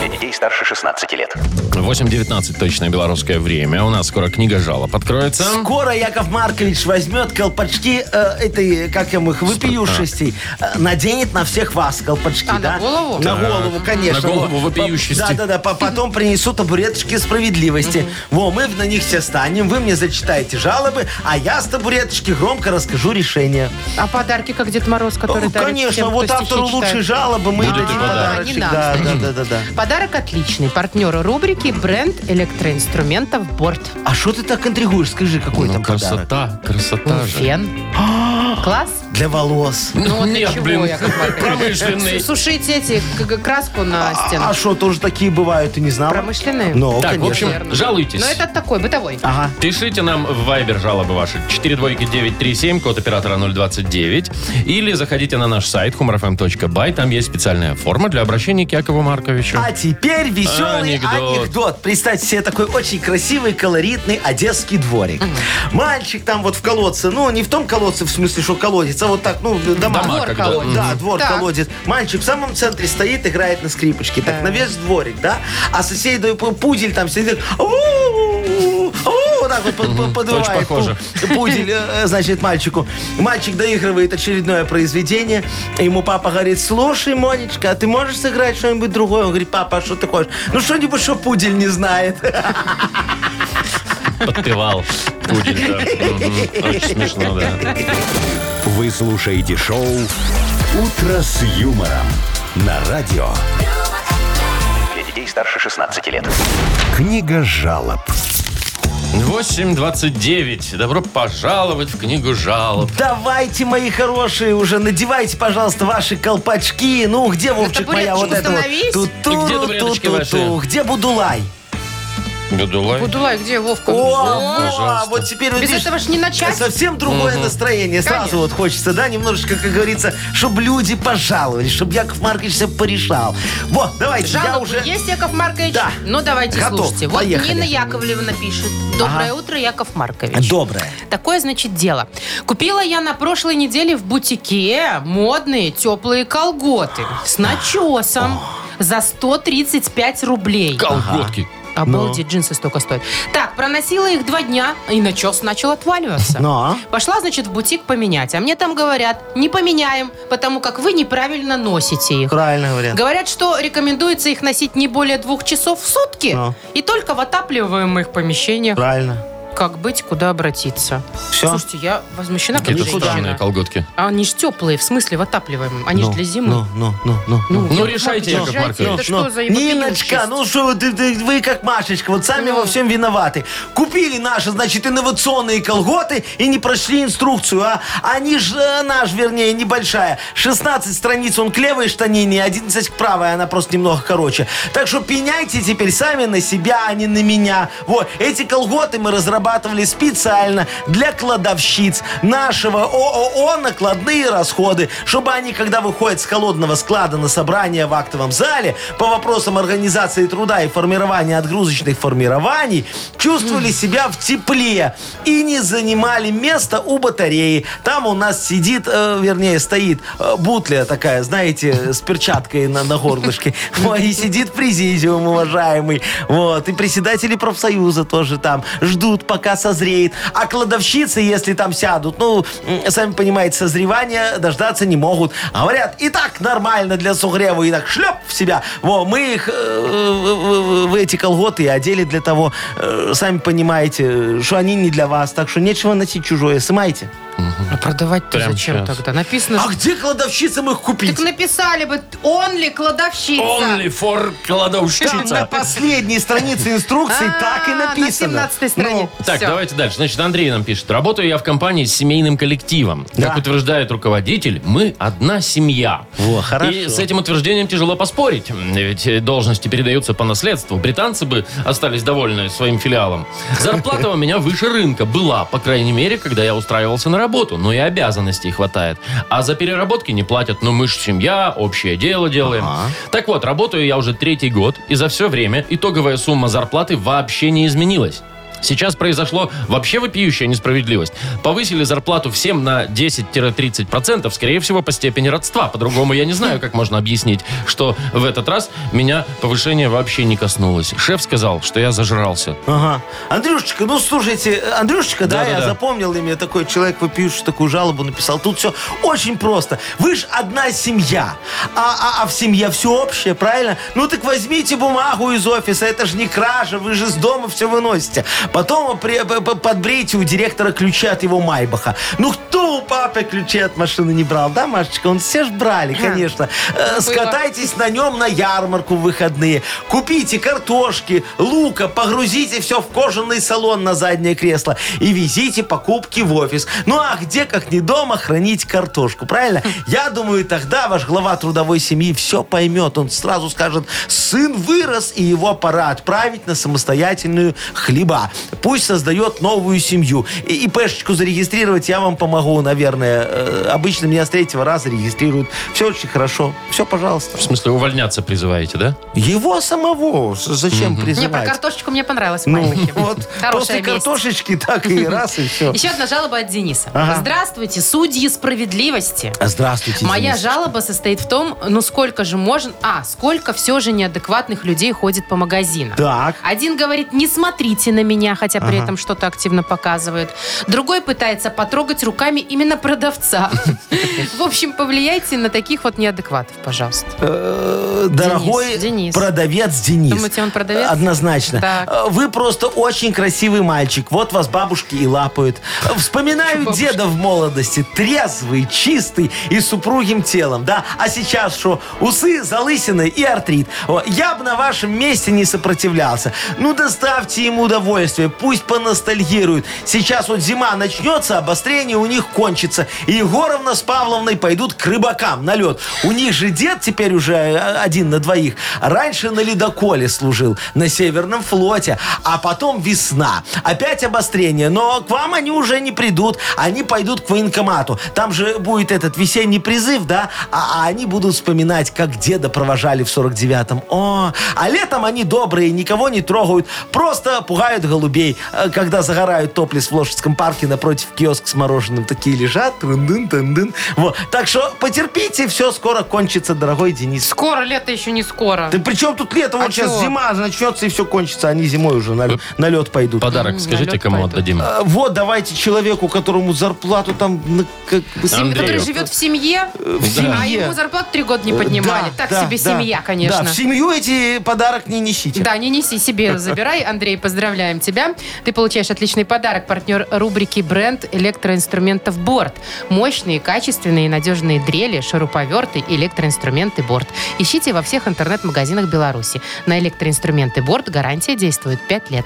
Speaker 6: Для детей старше 16 лет.
Speaker 2: 8.19 точное белорусское время. У нас скоро книга жалоб откроется.
Speaker 4: Скоро Яков Маркович возьмет колпачки э, этой, как я их, вопиюшестей, э, наденет на всех вас колпачки,
Speaker 3: А, на
Speaker 4: да?
Speaker 3: голову?
Speaker 4: На
Speaker 2: Да.
Speaker 4: голову, конечно.
Speaker 2: На голову
Speaker 4: Во.
Speaker 2: вопиющести.
Speaker 4: Да, да, да. По- Потом принесу табуреточки справедливости. Во, мы на них все станем, вы мне зачитаете жалобы, а я с табуреточки громко расскажу решение.
Speaker 3: А подарки, как Дед Мороз, который
Speaker 4: Ну,
Speaker 3: дарит
Speaker 4: Конечно,
Speaker 3: всем, кто
Speaker 4: вот
Speaker 3: стихи
Speaker 4: автору
Speaker 3: читает.
Speaker 4: лучшей жалобы мы и
Speaker 2: Будет и
Speaker 4: дадим
Speaker 2: подарок.
Speaker 4: подарочек.
Speaker 3: Не нам,
Speaker 4: Да, да, да, да, да.
Speaker 3: Подарок отличный. Партнер рубрики бренд электроинструментов Борт.
Speaker 4: А что ты так интригуешь? Скажи, какой
Speaker 2: Ну,
Speaker 4: там подарок?
Speaker 2: красота, красота же.
Speaker 3: Фен. Класс.
Speaker 4: Для волос.
Speaker 3: Ну, вот для
Speaker 2: Нет,
Speaker 3: чего,
Speaker 2: блин,
Speaker 3: Яков Маркович?
Speaker 2: промышленный.
Speaker 3: Сушить эти к- к- краску на стену.
Speaker 4: А что, тоже такие бывают, ты не знала?
Speaker 3: Промышленные?
Speaker 4: Ну,
Speaker 2: Так, в
Speaker 4: конечно.
Speaker 2: общем,
Speaker 3: Наверное.
Speaker 2: жалуйтесь.
Speaker 3: Но Ну, это такой, бытовой.
Speaker 4: Ага.
Speaker 2: Пишите нам в Viber жалобы ваши 42937, код оператора 029. Или заходите на наш сайт humorfm.by. Там есть специальная форма для обращения к Якову Марковичу.
Speaker 4: А теперь веселый
Speaker 2: Анекдот.
Speaker 4: анекдот. Представьте себе такой очень красивый, колоритный одесский дворик. Мальчик там вот в колодце, ну не в том колодце, в смысле, что колодец, колодца, вот так, ну,
Speaker 2: Дома,
Speaker 4: дома.
Speaker 3: Двор
Speaker 2: когда-
Speaker 3: колодец.
Speaker 2: Мгм.
Speaker 4: Да, двор,
Speaker 3: Так.
Speaker 4: колодец. Мальчик в самом центре стоит, играет на скрипочке. Так,
Speaker 2: Э.
Speaker 3: Так.
Speaker 4: на весь дворик, да? А сосед, да, п- пудель там сидит. «Ау, ау», Вот так вот под- под- подвывает.
Speaker 2: Очень похоже.
Speaker 4: пу- Пудель, э, значит, мальчику. Мальчик доигрывает очередное произведение. Ему папа говорит, слушай, Монечка, а ты можешь сыграть что-нибудь другое? Он говорит, папа, а что ты хочешь? Ну, что-нибудь, что пудель не знает.
Speaker 2: Подпевал. Пудель, да. Мгм. Очень смешно, да.
Speaker 1: Вы слушаете шоу «Утро с юмором» на радио.
Speaker 6: Для детей старше 16 лет.
Speaker 1: Книга жалоб.
Speaker 2: 8.29. Добро пожаловать в книгу жалоб.
Speaker 4: Давайте, мои хорошие, уже надевайте, пожалуйста, ваши колпачки. Ну, где Вовчик моя вот
Speaker 3: табуреточку
Speaker 4: это вот?
Speaker 3: становись.
Speaker 4: Ту-ту-ру,
Speaker 2: И где табуреточки ваши?
Speaker 4: ту-ту-ту. Где Будулай?
Speaker 2: Годулай.
Speaker 3: Будулай, где Вовка?
Speaker 4: О,
Speaker 3: О,
Speaker 4: во,
Speaker 2: пожалуйста.
Speaker 4: вот теперь
Speaker 3: Без
Speaker 4: видишь,
Speaker 3: этого ж не начать.
Speaker 4: Совсем другое настроение. Сразу
Speaker 3: Конечно.
Speaker 4: вот хочется, да, немножечко, как говорится, чтобы люди пожаловали, чтобы Яков Маркович все порешал. Вот, давайте, я
Speaker 3: Жалобы
Speaker 4: уже...
Speaker 3: есть, Яков Маркович?
Speaker 4: Да.
Speaker 3: Ну, давайте
Speaker 4: Готов.
Speaker 3: слушайте. Вот
Speaker 4: Поехали.
Speaker 3: Нина Яковлевна пишет. Доброе утро, Яков Маркович.
Speaker 4: Доброе.
Speaker 3: Такое, значит, дело. Купила я на прошлой неделе в бутике модные теплые колготы с начесом за 135 рублей.
Speaker 2: Колготки.
Speaker 3: Обалдеть,
Speaker 4: Ну.
Speaker 3: джинсы столько стоят. Так, проносила их два дня, и начес начал отваливаться.
Speaker 4: Но.
Speaker 3: Пошла, значит, в бутик поменять. А мне там говорят, не поменяем, потому как вы неправильно носите их.
Speaker 4: Правильно говорят.
Speaker 3: Говорят, что рекомендуется их носить не более двух часов в сутки
Speaker 4: Ну.
Speaker 3: и только в отапливаемых помещениях.
Speaker 4: Правильно.
Speaker 3: Как быть, куда обратиться?
Speaker 4: Все.
Speaker 3: Слушайте, я возмущена, как
Speaker 2: Какие-то
Speaker 3: женщина.
Speaker 2: странные колготки.
Speaker 3: А они ж теплые, в смысле в отапливаемом. Они
Speaker 4: Ну,
Speaker 3: же для зимы.
Speaker 4: Ну, ну, ну, ну.
Speaker 2: Ну, решайте,
Speaker 3: Яков
Speaker 2: Яков
Speaker 3: Маркович.
Speaker 2: Маркович.
Speaker 3: Это что за
Speaker 4: Ниночка,
Speaker 3: европеенчество?
Speaker 4: ну что вы, ты- ты- вы как Машечка, вот сами
Speaker 3: Ну.
Speaker 4: во всем виноваты. Купили наши, значит, инновационные колготы и не прошли инструкцию, а? Они же, э, наш, вернее, небольшая. 16 страниц он к левой штанине, 11 к правой, она просто немного короче. Так что пеняйте теперь сами на себя, а не на меня. Вот, эти колготы мы разрабатывали специально для кладовщиц нашего ООО «Накладные расходы», чтобы они, когда выходят с холодного склада на собрание в актовом зале, по вопросам организации труда и формирования отгрузочных формирований, чувствовали себя в тепле и не занимали место у батареи. Там у нас сидит, э, вернее, стоит э, бутля такая, знаете, с перчаткой на, на горлышке. Во, И сидит президиум, уважаемый. Вот. И председатели профсоюза тоже там ждут, пока созреет. А кладовщицы, если там сядут, ну, м, сами понимаете, созревания дождаться не могут. Говорят, и так нормально для сугрева, и так шлеп в себя. Во, мы их э, в- в в эти колготы и одели для того, э, сами понимаете, что они не для вас, так что нечего носить чужое, сымайте.
Speaker 3: А продавать-то
Speaker 2: Прямо
Speaker 3: зачем
Speaker 2: щас.
Speaker 3: тогда? Написано,
Speaker 4: А где кладовщицам их купить?
Speaker 3: так написали бы, он ли кладовщица?
Speaker 2: Only for
Speaker 4: Там на
Speaker 2: кладовщица.
Speaker 4: последней странице инструкции
Speaker 3: А,
Speaker 4: так и
Speaker 3: на
Speaker 4: написано. Ну,
Speaker 3: 17-й странице.
Speaker 2: Так,
Speaker 3: Всё.
Speaker 2: давайте дальше. Значит, Андрей нам пишет. Работаю я в компании с семейным коллективом. Как
Speaker 4: Да.
Speaker 2: утверждает руководитель, мы одна семья.
Speaker 4: Во, хорошо.
Speaker 2: И с этим утверждением тяжело поспорить. Ведь э, должности передаются по наследству. Британцы бы остались довольны своим филиалом. Зарплата у меня выше рынка была, по крайней мере, когда я устраивался на работу. Но и обязанностей хватает. А за переработки не платят. Но мы же семья, общее дело делаем. Так вот, работаю я уже третий год. И за все время итоговая сумма зарплаты вообще не изменилась. Сейчас произошло вообще вопиющая несправедливость. Повысили зарплату всем на 10-30%, скорее всего, по степени родства. По-другому я не знаю, как можно объяснить, что в этот раз меня повышение вообще не коснулось. Шеф сказал, что я зажрался.
Speaker 4: Ага. Андрюшечка, ну слушайте, э, Андрюшечка, да, я
Speaker 2: Да-да-да.
Speaker 4: запомнил имя такой человек, вопиющий такую жалобу написал. Тут все очень просто. Вы же одна семья, а, а- а в семье все общее, правильно? Ну так возьмите бумагу из офиса, это же не кража, вы же с дома все выносите. Потом при- п- п- подбрейте у директора ключи от его Майбаха. Ну кто у папы ключи от машины не брал, да, Машечка? Он все ж брали, конечно. Э, Скатайтесь на нем на ярмарку в выходные. Купите картошки, лука, погрузите все в кожаный салон на заднее кресло и везите покупки в офис. Ну а где, как не дома, хранить картошку, правильно? Я думаю, тогда ваш глава трудовой семьи все поймет. Он сразу скажет, сын вырос, и его пора отправить на самостоятельную хлеба. Пусть создает новую семью. И ИПшечку зарегистрировать я вам помогу, наверное. Э, Обычно меня с третьего раза регистрируют. Все очень хорошо. Все, пожалуйста.
Speaker 2: В смысле, увольняться призываете, да?
Speaker 4: Его самого з- зачем
Speaker 3: Не, про
Speaker 4: призывать?
Speaker 3: картошечку мне понравилось.
Speaker 4: Ну,
Speaker 3: Майнахи.
Speaker 4: вот, после
Speaker 3: Хорошая месть.
Speaker 4: картошечки так и раз, и все.
Speaker 3: Еще одна жалоба от Дениса.
Speaker 4: Ага.
Speaker 3: Здравствуйте, судьи справедливости.
Speaker 4: Здравствуйте,
Speaker 3: Моя
Speaker 4: Денис.
Speaker 3: жалоба состоит в том, ну сколько же можно... А, сколько все же неадекватных людей ходит по магазинам.
Speaker 4: Так.
Speaker 3: Один говорит, не смотрите на меня, хотя при этом что-то активно показывает. Другой пытается потрогать руками именно продавца. В общем, повлияйте на таких вот неадекватов, пожалуйста.
Speaker 4: Э, Дорогой
Speaker 3: Денис.
Speaker 4: продавец Денис.
Speaker 3: Думаете, он продавец?
Speaker 4: Однозначно.
Speaker 3: Так.
Speaker 4: Э, Вы просто очень красивый мальчик. Вот вас бабушки и лапают. Э, Вспоминаю деда в молодости. Трезвый, чистый и с упругим телом. Да? А сейчас что? Усы, залысины и артрит. О, Я бы на вашем месте не сопротивлялся. Ну, доставьте ему удовольствие. Пусть поностальгирует. Сейчас вот зима начнется, обострение у них кончится. И Егоровна с Павловной пойдут к рыбакам на лед. У них же дед теперь уже э, один на двоих. Раньше на ледоколе служил, на Северном флоте. А потом весна. Опять обострение. Но к вам они уже не придут. Они пойдут к военкомату. Там же будет этот весенний призыв, да? А, а они будут вспоминать, как деда провожали в 49-м. О, а летом они добрые, никого не трогают. Просто пугают голубей. Э, Когда загорают топлис в Лошадском парке напротив киоск с мороженым. Такие лежат. трын-дын, тын-дын. Вот. Так что потерпите, все скоро кончится, дорогой Денис.
Speaker 3: Скоро, лето еще не скоро.
Speaker 4: Да при чем тут лето? Вот
Speaker 3: А
Speaker 4: сейчас
Speaker 3: чё?
Speaker 4: зима начнется и все кончится. Они зимой уже на, лед пойдут.
Speaker 2: Подарок скажите,
Speaker 3: налет
Speaker 2: кому
Speaker 3: пойду.
Speaker 2: отдадим.
Speaker 4: А, Вот давайте человеку, которому зарплату там ну, как бы,
Speaker 3: Сем- Который
Speaker 2: Андрею.
Speaker 3: живет в семье,
Speaker 4: Э, в
Speaker 3: а
Speaker 4: семье. Э,
Speaker 3: ему зарплату три года не поднимали.
Speaker 4: Да,
Speaker 3: так
Speaker 4: да,
Speaker 3: себе
Speaker 4: да.
Speaker 3: семья, конечно.
Speaker 4: Да, в семью эти подарок не несите.
Speaker 3: Да, не неси себе, забирай. Андрей, поздравляем тебя. Ты получаешь отличный подарок. Партнер рубрики «Бренд электроинструментов Борт». Мощные, качественные и надежные дрели, шуруповерты, электроинструменты Борт. Ищите во всех интернет-магазинах Беларуси. На электроинструменты Борт гарантия действует 5 лет.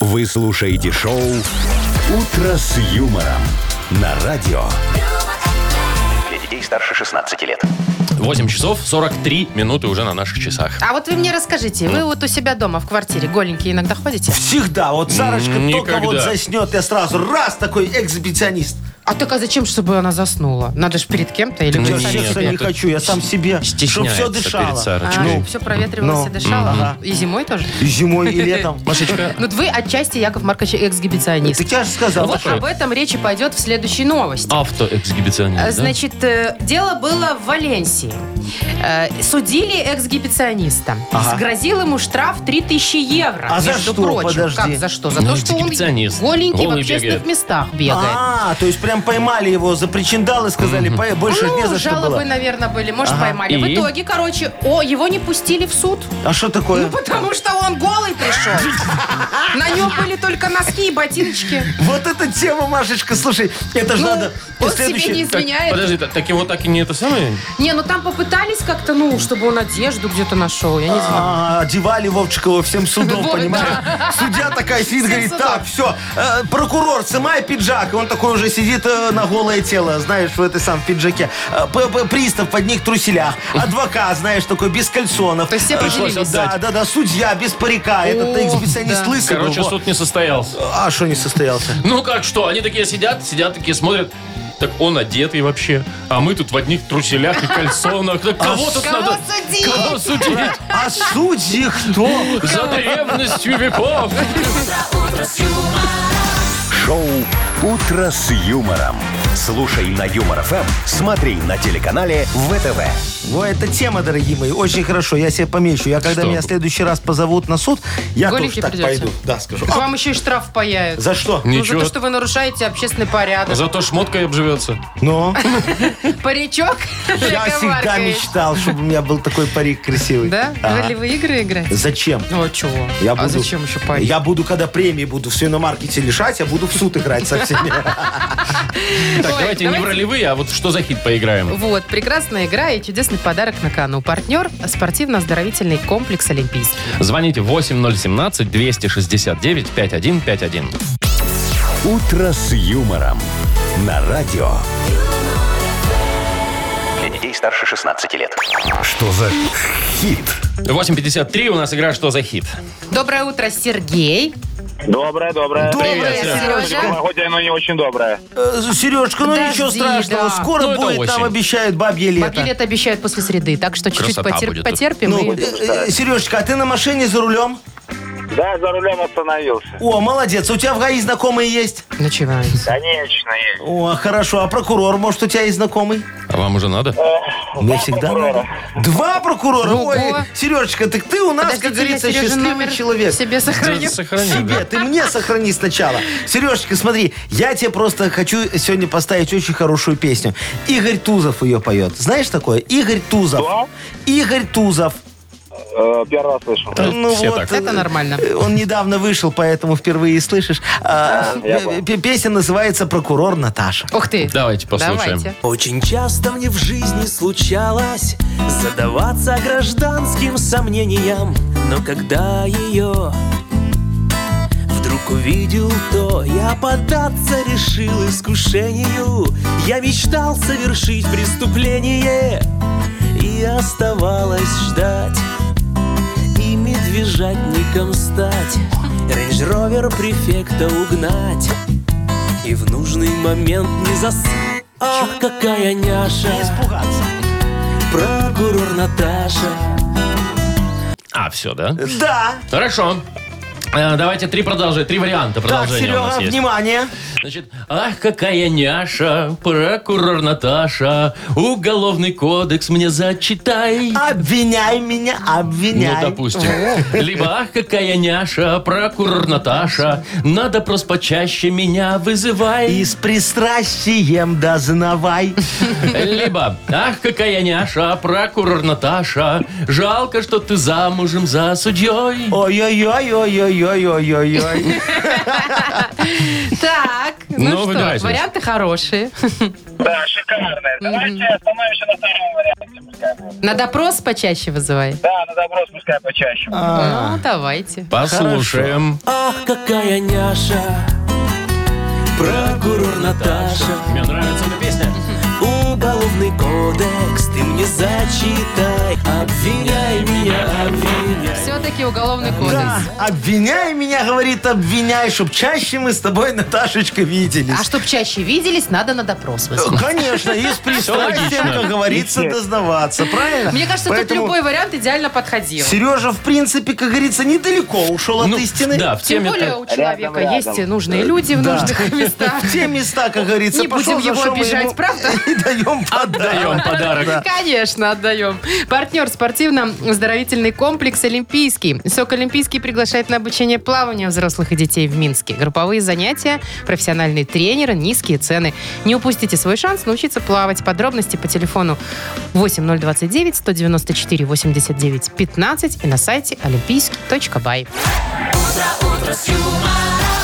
Speaker 1: Вы слушаете шоу «Утро с юмором» на радио.
Speaker 6: Для детей старше 16 лет.
Speaker 2: 8 часов 43 минуты уже на наших часах.
Speaker 3: А вот вы мне расскажите, вы вот у себя дома в квартире голенькие иногда ходите?
Speaker 4: Всегда. Вот Сарочка
Speaker 2: Никогда.
Speaker 4: только вот заснет, я сразу раз такой экзибиционист.
Speaker 3: А так а зачем, чтобы она заснула? Надо же перед кем-то или
Speaker 4: Я
Speaker 2: нет,
Speaker 4: секса
Speaker 2: я
Speaker 4: Ну, не
Speaker 2: тут
Speaker 4: хочу, я сам себе, чтобы
Speaker 2: Стесняется
Speaker 4: все
Speaker 2: перед
Speaker 4: дышало.
Speaker 2: Сарочкой.
Speaker 3: все А, проветривалось
Speaker 4: Ну,
Speaker 3: и дышала.
Speaker 4: ага.
Speaker 3: И зимой тоже?
Speaker 4: И зимой, и летом.
Speaker 2: Машечка,
Speaker 3: Ну, вот вы отчасти, Яков Маркович, эксгибиционист.
Speaker 4: Так я же сказал.
Speaker 3: Вот
Speaker 2: такое.
Speaker 3: об этом речь и пойдет в следующей новости.
Speaker 2: автоэксгибиционист,
Speaker 3: Э,
Speaker 2: да?
Speaker 3: Значит, э, дело было в Валенсии. Э, Судили эксгибициониста.
Speaker 4: Ага.
Speaker 3: Сгрозил ему штраф 3000 евро.
Speaker 4: А за
Speaker 3: между
Speaker 4: что?
Speaker 3: прочим.
Speaker 4: Подожди.
Speaker 3: Как за что? За
Speaker 2: Ну,
Speaker 3: то, что он
Speaker 2: эксгибиционист.
Speaker 3: голенький в
Speaker 2: Голый
Speaker 3: общественных
Speaker 2: бегает.
Speaker 3: местах бегает.
Speaker 4: А, то есть прям поймали его за причиндал и сказали, «Пое- больше
Speaker 3: ну,
Speaker 4: не за что
Speaker 3: жалобы,
Speaker 4: было.
Speaker 3: наверное, были. Может, поймали.
Speaker 2: И?
Speaker 3: В итоге, короче, о, его не пустили в суд.
Speaker 4: А что
Speaker 3: Ну,
Speaker 4: такое?
Speaker 3: потому что он голый пришел. На нем были только носки и ботиночки.
Speaker 4: Вот эта тема, Машечка, слушай, это же
Speaker 3: Ну,
Speaker 4: надо...
Speaker 3: он себе не
Speaker 4: следующий-
Speaker 2: Так,
Speaker 3: изменяет.
Speaker 2: подожди, та- так его так и не это самое?
Speaker 3: Не, ну там попытались как-то, ну, чтобы он одежду где-то нашел, я не знаю.
Speaker 4: А, одевали Вовчика во всем судом,
Speaker 3: Вовы,
Speaker 4: понимаешь? Судья такая сидит, говорит,
Speaker 3: судов.
Speaker 4: так, все, прокурор, сымай пиджак. И он такой уже сидит э, на голое тело, знаешь, в этой сам пиджаке. Э, п- п- Пристав в одних труселях. Адвокат, знаешь, такой без кальсонов.
Speaker 3: То есть все
Speaker 4: Э,
Speaker 3: поделились.
Speaker 2: Пришлось
Speaker 4: Да,
Speaker 2: отдать.
Speaker 4: да, да, судья без парика. Этот
Speaker 3: О,
Speaker 4: эксгибиционист
Speaker 3: да.
Speaker 4: лысый был,
Speaker 2: Короче,
Speaker 4: во.
Speaker 2: суд не состоялся.
Speaker 4: А что не состоялся?
Speaker 2: Ну как что, они такие сидят, сидят такие, смотрят. Так он одетый вообще, а мы тут в одних труселях и кальсонах. Так кого тут
Speaker 3: А Кого
Speaker 2: надо?
Speaker 3: судить?
Speaker 2: Кого судить?
Speaker 4: А судьи кто?
Speaker 2: За древностью веков.
Speaker 1: Шоу «Утро с юмором». Слушай на Юмор ФМ, смотри на телеканале ВТВ.
Speaker 4: Во, это тема, дорогие мои, очень хорошо. Я себе помечу. Я когда
Speaker 2: Что?
Speaker 4: меня в следующий раз позовут на суд, я
Speaker 3: Голенький
Speaker 4: тоже так
Speaker 3: придется.
Speaker 4: пойду. Да, скажу. А,
Speaker 3: К вам еще и штраф паяют.
Speaker 4: За что?
Speaker 3: Ну,
Speaker 2: Ничего.
Speaker 3: за то, что вы нарушаете общественный порядок.
Speaker 2: Зато шмоткой обживется.
Speaker 4: Но
Speaker 3: Паричок?
Speaker 4: Ну? я
Speaker 3: Яков
Speaker 4: всегда
Speaker 3: Маркович.
Speaker 4: мечтал, чтобы у меня был такой парик красивый.
Speaker 3: Да?
Speaker 4: Ага.
Speaker 3: Вы в игры играете?
Speaker 4: Зачем?
Speaker 3: Ну, а чего?
Speaker 4: Я
Speaker 3: А
Speaker 4: буду-
Speaker 3: зачем еще парик?
Speaker 4: Я буду, когда премии буду в свиномаркете лишать, я буду в суд играть со всеми.
Speaker 2: Так,
Speaker 3: Ой,
Speaker 2: давайте не в
Speaker 3: давайте-
Speaker 2: ролевые, а вот что за хит поиграем.
Speaker 3: Вот, прекрасная игра и чудесный подарок на кону. Партнер – спортивно-оздоровительный комплекс «Олимпийский».
Speaker 2: Звоните 8017-269-5151.
Speaker 1: «Утро с юмором» на радио.
Speaker 6: Для детей старше 16 лет.
Speaker 1: Что за хит?
Speaker 2: 8.53 у нас игра «Что за хит?».
Speaker 3: Доброе утро, Сергей.
Speaker 5: Доброе, доброе.
Speaker 3: Доброе,
Speaker 2: Привет,
Speaker 3: Сережа.
Speaker 5: Хоть оно не очень доброе.
Speaker 4: Сережка, ну
Speaker 3: Подожди,
Speaker 4: ничего страшного.
Speaker 3: да.
Speaker 4: Скоро
Speaker 2: Ну, это
Speaker 4: будет, нам
Speaker 2: осень.
Speaker 4: обещают бабье лето.
Speaker 3: Бабье лето обещают после среды, так что чуть-чуть
Speaker 2: Красота
Speaker 3: потер-
Speaker 2: будет.
Speaker 3: потерпим.
Speaker 4: Ну,
Speaker 3: и-
Speaker 4: э, э, Сережечка, а ты на машине за рулем?
Speaker 5: Да, за рулем остановился.
Speaker 4: О, молодец. А У тебя в ГАИ знакомые есть?
Speaker 3: Начинается.
Speaker 5: Конечно, есть.
Speaker 4: О, хорошо. А прокурор, может, у тебя есть знакомый?
Speaker 2: А вам уже надо?
Speaker 4: Мне всегда надо. Два прокурора?
Speaker 3: Ого.
Speaker 4: Ой, Сережечка, так ты у нас,
Speaker 3: Подождите,
Speaker 4: как
Speaker 3: я
Speaker 4: говорится,
Speaker 3: Сережин
Speaker 4: счастливый
Speaker 3: номер
Speaker 4: человек.
Speaker 3: Себе сохраню.
Speaker 2: Сохранил,
Speaker 4: Себе,
Speaker 2: да.
Speaker 4: ты мне сохрани сначала. Сережечка, смотри, я тебе просто хочу сегодня поставить очень хорошую песню. Игорь Тузов ее поет. Знаешь такое? Игорь Тузов.
Speaker 5: Кто?
Speaker 4: Игорь Тузов.
Speaker 5: Э, Первый раз слышал.
Speaker 2: Да, все так.
Speaker 4: э,
Speaker 3: Это нормально.
Speaker 4: Он недавно вышел, поэтому впервые и слышишь. А,
Speaker 5: я
Speaker 4: э,
Speaker 5: понял.
Speaker 4: п- Песня называется «Прокурор Наташа».
Speaker 3: Ух ты.
Speaker 2: Давайте послушаем.
Speaker 3: Давайте.
Speaker 7: Очень часто мне в жизни случалось задаваться гражданским сомнениям, но когда ее вдруг увидел, то я поддаться решил искушению. Я мечтал совершить преступление и оставалось ждать и медвежатником стать, рейндж-ровер префекта угнать и в нужный момент не зас... Ах, какая няша,
Speaker 4: Испугаться.
Speaker 7: прокурор Наташа.
Speaker 2: А, все, да?
Speaker 4: Да.
Speaker 2: Хорошо. Э, Давайте три продолжения, три варианта
Speaker 4: Так,
Speaker 2: продолжения у
Speaker 4: Серега,
Speaker 2: нас есть.
Speaker 4: внимание.
Speaker 2: Значит, ах, какая няша, прокурор Наташа, уголовный кодекс мне зачитай.
Speaker 4: А, Обвиняй меня,
Speaker 2: Ну,
Speaker 4: обвиняй.
Speaker 2: допустим. Либо, ах, какая няша, прокурор Наташа, надо просто почаще меня
Speaker 4: и
Speaker 2: вызывай.
Speaker 4: с пристрастием дознавай.
Speaker 2: Либо, ах, какая няша, прокурор Наташа, жалко, что ты замужем за судьей.
Speaker 4: Ой-ой-ой-ой-ой-ой-ой-ой.
Speaker 3: Так,
Speaker 2: Ну,
Speaker 3: ну что,
Speaker 2: выбирайте.
Speaker 3: варианты хорошие.
Speaker 5: Да, шикарное. Давайте остановимся на втором варианте. пускай будет.
Speaker 3: На допрос почаще вызывай.
Speaker 5: Да, на добро пускай почаще.
Speaker 4: А.
Speaker 3: Ну, давайте.
Speaker 2: Послушаем.
Speaker 7: Ах, какая няша, прокурор Наташа.
Speaker 2: Мне нравится эта песня.
Speaker 7: Уголовный кодекс ты мне зачитай, обвиняй меня, обвиняй.
Speaker 3: Все-таки уголовный кодекс.
Speaker 4: Обвиняй меня, говорит, обвиняй, чтоб чаще мы с тобой, Наташечка,
Speaker 3: А
Speaker 4: виделись.
Speaker 3: чтоб чаще виделись, надо на допрос вызывать.
Speaker 4: Конечно, и с пристрастием,
Speaker 2: логично.
Speaker 4: как говорится, дознаваться, правильно?
Speaker 3: Мне кажется, тут
Speaker 4: Поэтому
Speaker 3: любой вариант идеально подходил.
Speaker 4: Сережа, в принципе, как говорится, недалеко ушел от
Speaker 2: Ну,
Speaker 4: истины.
Speaker 2: Да, в
Speaker 3: Тем
Speaker 2: теме
Speaker 3: более у человека есть и нужные люди в
Speaker 4: Да.
Speaker 3: нужных местах.
Speaker 4: В те места, как говорится,
Speaker 3: Не будем
Speaker 4: пошел, за
Speaker 3: его
Speaker 4: что мы
Speaker 3: обижать,
Speaker 4: ему
Speaker 3: правда?
Speaker 4: И даем
Speaker 2: даем
Speaker 4: подарок.
Speaker 2: подарок.
Speaker 4: Да.
Speaker 3: Конечно, отдаем. Партнер спортивно-оздоровительный комплекс «Олимпийский». СОК «Олимпийский» приглашает на обучение плавания взрослых и детей в Минске. Групповые занятия, профессиональный тренер, низкие цены. Не упустите свой шанс научиться плавать. Подробности по телефону 8029 194 89 15 и на сайте олимпийский.бай.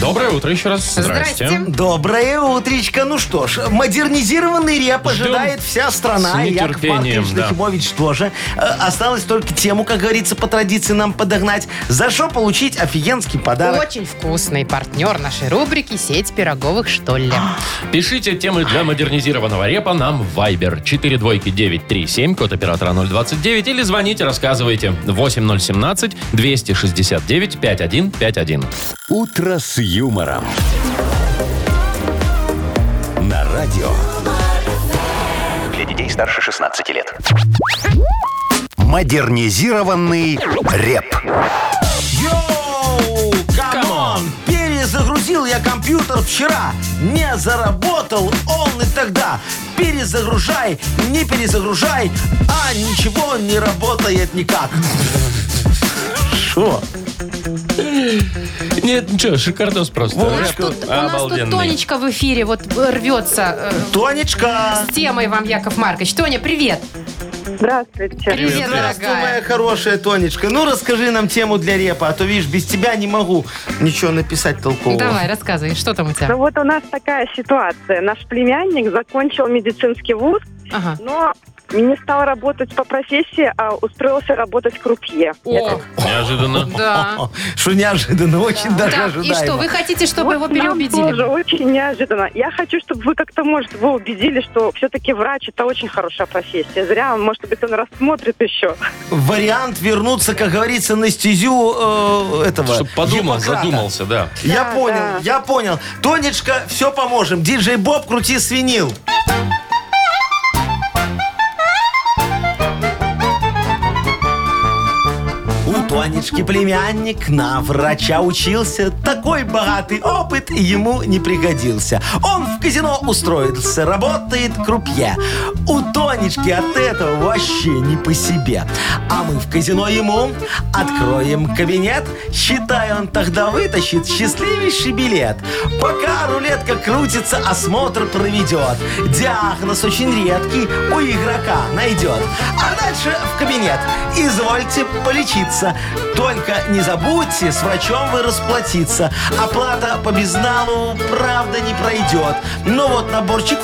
Speaker 2: Доброе утро еще раз. Здрасте.
Speaker 3: Здрасте.
Speaker 4: Доброе утречко. Ну что ж, модернизированный реп ожидает вся
Speaker 2: с
Speaker 4: страна. и Яков
Speaker 2: нетерпением,
Speaker 4: Маркович
Speaker 2: да.
Speaker 4: Нахимович тоже. Э, Осталось только тему, как говорится, по традиции нам подогнать. За что получить офигенский подарок?
Speaker 3: Очень вкусный партнер нашей рубрики «Сеть пироговых, что ли».
Speaker 2: Пишите темы для модернизированного репа нам в Viber 42937, код оператора 029, или звоните, рассказывайте 8017-269-5151.
Speaker 1: «Утро с юмором». На радио
Speaker 6: Для детей старше 16 лет.
Speaker 1: «Модернизированный реп».
Speaker 4: Йоу! Камон!
Speaker 2: Камон!
Speaker 4: Перезагрузил я компьютер вчера. Не заработал он и тогда. Перезагружай, не перезагружай, а ничего не работает никак. Шо?
Speaker 2: Нет, ничего, шикардос просто.
Speaker 3: У нас
Speaker 2: Рэп
Speaker 3: тут, у нас тут
Speaker 2: обалденный.
Speaker 3: Тонечка в эфире вот э, рвется э,
Speaker 4: Тонечка!
Speaker 3: с темой вам, Яков Маркович. Тоня, привет.
Speaker 9: Здравствуйте.
Speaker 3: Привет,
Speaker 4: Здравствуй, моя
Speaker 3: дорогая.
Speaker 4: хорошая Тонечка. Ну, расскажи нам тему для репа, а то, видишь, без тебя не могу ничего написать толкового.
Speaker 3: Давай, рассказывай, что там у
Speaker 9: Ну
Speaker 3: тебя?
Speaker 9: вот у нас такая ситуация. Наш племянник закончил медицинский вуз,
Speaker 3: Ага.
Speaker 9: но Не стал работать по профессии, а устроился работать крупье.
Speaker 3: О,
Speaker 2: Неожиданно.
Speaker 3: да.
Speaker 4: Что неожиданно, очень даже
Speaker 3: Ну Так, и
Speaker 4: ожидаемо.
Speaker 3: что, вы хотите, чтобы
Speaker 9: Вот
Speaker 3: его
Speaker 9: Нам
Speaker 3: переубедили?
Speaker 9: тоже очень неожиданно. Я хочу, чтобы вы как-то, может, вы убедили, что все-таки врач это очень хорошая профессия. Зря, он, может быть, он рассмотрит еще.
Speaker 4: Вариант вернуться, как говорится, на стезю э, этого.
Speaker 2: Чтоб подумал,
Speaker 4: Гиппократа.
Speaker 2: задумался, да.
Speaker 4: Я
Speaker 9: Да,
Speaker 4: понял,
Speaker 9: да.
Speaker 4: я понял. Тонечка, все поможем. Диджей Боб, крути свинил. У Тонечки племянник на врача учился. Такой богатый опыт ему не пригодился. Он в казино устроился, работает крупье. У Тонечки от этого вообще не по себе. А мы в казино ему откроем кабинет. Считай, он тогда вытащит счастливейший билет. Пока рулетка крутится, осмотр проведет. Диагноз очень редкий у игрока найдет. А дальше в кабинет. Извольте полечиться. Только не забудьте с врачом вы расплатиться. Оплата по безналу, правда, не пройдет. Но вот наборчик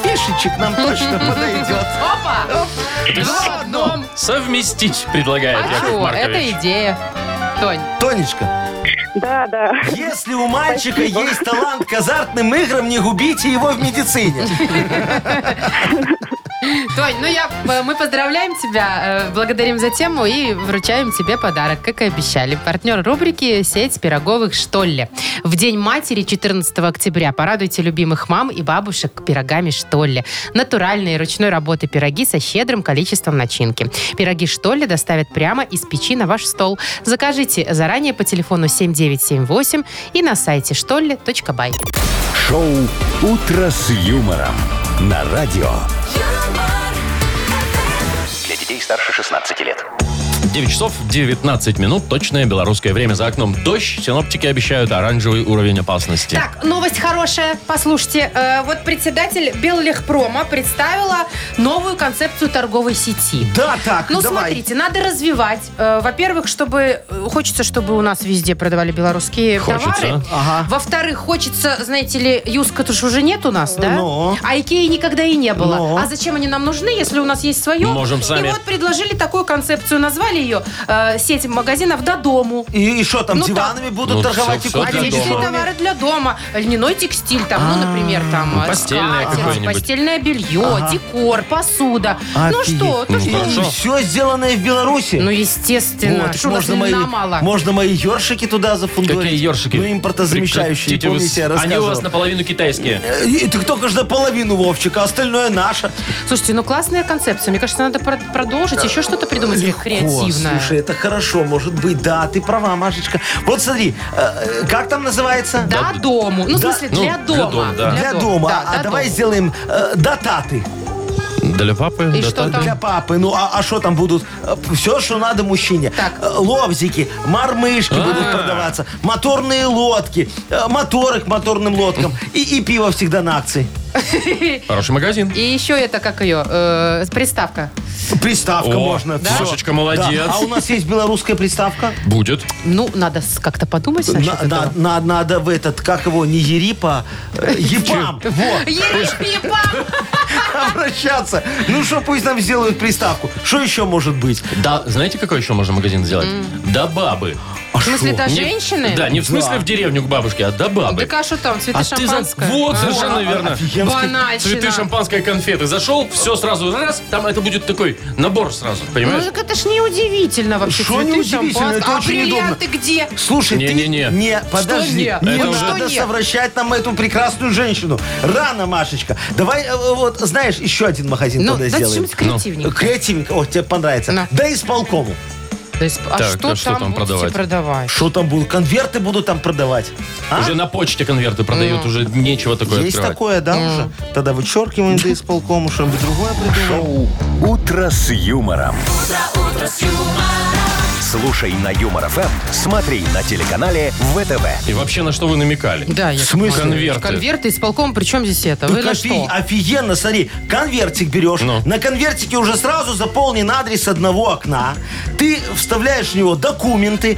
Speaker 4: фишечек нам точно подойдет.
Speaker 3: Опа! Два в одном.
Speaker 2: Совместить предлагает
Speaker 3: А
Speaker 2: Яков
Speaker 3: что? Это
Speaker 2: Маркович.
Speaker 3: идея. Тонь,
Speaker 4: Тонечка,
Speaker 9: Да, да.
Speaker 4: если у мальчика есть талант к азартным играм, не губите его в медицине.
Speaker 3: Тонь, ну я, э, мы поздравляем тебя, э, благодарим за тему и вручаем тебе подарок, как и обещали. Партнер рубрики «Сеть пироговых Штолле». В День матери 14 октября порадуйте любимых мам и бабушек пирогами Штолле. Натуральные ручной работы пироги со щедрым количеством начинки. Пироги Штолле доставят прямо из печи на ваш стол. Закажите заранее по телефону 7978 и на сайте штолле.бай.
Speaker 1: Шоу «Утро с юмором» на радио.
Speaker 6: Для детей старше 16 лет.
Speaker 2: 9 часов 19 минут. Точное белорусское время. За окном дождь. Синоптики обещают оранжевый уровень опасности.
Speaker 3: Так, новость хорошая. Послушайте, э, вот председатель Беллегпрома представила новую концепцию торговой сети.
Speaker 4: Да, так,
Speaker 3: Ну,
Speaker 4: давай.
Speaker 3: смотрите, надо развивать. Э, Во-первых, чтобы... э, Хочется, чтобы у нас везде продавали белорусские
Speaker 2: Хочется.
Speaker 3: товары.
Speaker 4: Ага.
Speaker 3: Во-вторых, хочется, знаете ли, Юска-то ж уже нет у нас, да?
Speaker 4: Ну.
Speaker 3: А Икеи никогда и не было.
Speaker 4: Ну.
Speaker 3: А зачем они нам нужны, если у нас есть свое?
Speaker 2: Можем сами.
Speaker 3: И вот предложили такую концепцию, назвали ее э, сеть магазинов «До дому».
Speaker 4: И и что там,
Speaker 3: Ну,
Speaker 4: диванами будут
Speaker 2: Ну,
Speaker 4: торговать
Speaker 2: всё-
Speaker 4: и
Speaker 3: А
Speaker 2: всё для
Speaker 4: кухонными
Speaker 3: Отечественные
Speaker 2: дома.
Speaker 4: приборами?
Speaker 3: товары для дома. Льняной текстиль, там, ну, например, там э,
Speaker 2: постельное
Speaker 3: скатерть,
Speaker 2: какое-нибудь.
Speaker 3: постельное белье, декор, посуда. Ну
Speaker 4: Офигеть.
Speaker 3: что, то
Speaker 4: И
Speaker 3: что?
Speaker 2: хорошо.
Speaker 4: все сделанное в Беларуси.
Speaker 3: Ну,
Speaker 4: Вот,
Speaker 3: естественно. Что у нас
Speaker 4: можно, мои,
Speaker 3: льна мало?
Speaker 4: можно мои ершики туда зафундурить.
Speaker 2: Какие ершики?
Speaker 4: Ну, импортозамещающие,
Speaker 2: Прекратите вы
Speaker 4: помните, я
Speaker 2: с- Они у
Speaker 4: рассказывал.
Speaker 2: вас наполовину китайские.
Speaker 4: Э, и Ты кто же наполовину, Вовчик, а остальное наше.
Speaker 3: Слушайте, ну классная концепция. Мне кажется, надо про- продолжить, еще что-то придумать креативное.
Speaker 4: О, слушай, это хорошо, может быть. Да, ты права, Машечка. Вот смотри, э, э, как там называется?
Speaker 3: До дому. Ну, в
Speaker 4: Да.
Speaker 3: смысле,
Speaker 2: Ну,
Speaker 3: для
Speaker 2: для
Speaker 3: дома.
Speaker 2: дома, да.
Speaker 4: Для, дома.
Speaker 3: Да,
Speaker 4: а
Speaker 3: до
Speaker 4: давай
Speaker 3: дома.
Speaker 4: сделаем э, дататы
Speaker 2: Для папы.
Speaker 3: И
Speaker 2: для
Speaker 3: что
Speaker 2: таты.
Speaker 3: там?
Speaker 4: для папы. Ну, а что там будут? Все, что надо мужчине.
Speaker 3: Так.
Speaker 4: Э, Лобзики, мармышки
Speaker 2: А.
Speaker 4: будут продаваться, моторные лодки, э, моторы к моторным лодкам и, и пиво всегда на акции.
Speaker 2: Хороший магазин.
Speaker 3: И еще это, как ее, э, приставка.
Speaker 4: Приставка
Speaker 2: О,
Speaker 4: можно.
Speaker 2: да?
Speaker 4: всё.
Speaker 2: Машечка, молодец.
Speaker 4: Да. А у нас есть белорусская приставка?
Speaker 2: Будет.
Speaker 3: Ну, надо с- как-то подумать
Speaker 4: На-
Speaker 3: насчет
Speaker 4: на-
Speaker 3: этого.
Speaker 4: на- надо в этот, как его, не Ерипа, э, Епам. Вот,
Speaker 3: Ерепипам!
Speaker 4: обращаться. Ну что, пусть нам сделают приставку. Что еще может быть?
Speaker 2: Да, знаете, какой еще можно магазин сделать? Да бабы.
Speaker 4: А
Speaker 3: В смысле,
Speaker 4: шо?
Speaker 3: до
Speaker 2: Не-
Speaker 3: женщины?
Speaker 2: Да, не в смысле
Speaker 4: Да.
Speaker 2: в деревню к бабушке, а до бабы.
Speaker 3: Так а что там, цветы
Speaker 2: А ты за...
Speaker 3: шампанское?
Speaker 2: Вот,
Speaker 3: А?
Speaker 2: совершенно верно.
Speaker 4: Офигенский.
Speaker 3: Банальщина.
Speaker 2: Цветы, шампанское, конфеты. Зашел, все сразу, раз, там это будет такой набор сразу,
Speaker 3: Ну,
Speaker 2: понимаешь?
Speaker 3: так это ж неудивительно вообще.
Speaker 4: Что
Speaker 3: цветы,
Speaker 4: неудивительно?
Speaker 3: шампанское.
Speaker 4: Это
Speaker 3: а
Speaker 4: очень
Speaker 3: бриллианты где?
Speaker 4: Слушай, ты...
Speaker 2: Не-не-не.
Speaker 4: Не, подожди.
Speaker 3: нет?
Speaker 4: Не
Speaker 2: Это уже-
Speaker 4: надо
Speaker 3: Что нет?
Speaker 4: совращать нам эту прекрасную женщину. Рано, Машечка. Давай, э, вот, знаешь, еще один магазин
Speaker 3: Ну,
Speaker 4: тогда
Speaker 3: да
Speaker 4: сделаем.
Speaker 3: что-нибудь
Speaker 4: Ну,
Speaker 3: креативнее.
Speaker 4: Креативник. О, тебе понравится.
Speaker 3: На.
Speaker 4: Да и с полкому.
Speaker 3: То есть, а
Speaker 2: Так,
Speaker 3: что,
Speaker 2: а что
Speaker 3: там,
Speaker 2: там
Speaker 3: будете
Speaker 2: продавать?
Speaker 3: продавать?
Speaker 4: Что там будут? Конверты будут там продавать. А?
Speaker 2: Уже на почте конверты продают, уже нечего такое
Speaker 4: Есть
Speaker 2: открывать.
Speaker 4: такое, да, уже? Тогда вычеркиваем да исполкому, что-нибудь другое придумаем.
Speaker 1: Шоу «Утро с юмором». Слушай на Юмор ФМ, смотри на телеканале ВТВ.
Speaker 2: И вообще, на что вы намекали?
Speaker 3: Да, я
Speaker 4: В смысле? Ну,
Speaker 2: Конверты.
Speaker 3: Конверты из полком, при чем здесь это? Вы
Speaker 4: Так
Speaker 3: на
Speaker 4: офи-
Speaker 3: что? А
Speaker 4: Офигенно, смотри, конвертик берешь.
Speaker 2: Ну.
Speaker 4: На конвертике уже сразу заполнен адрес одного окна. Ты вставляешь в него документы,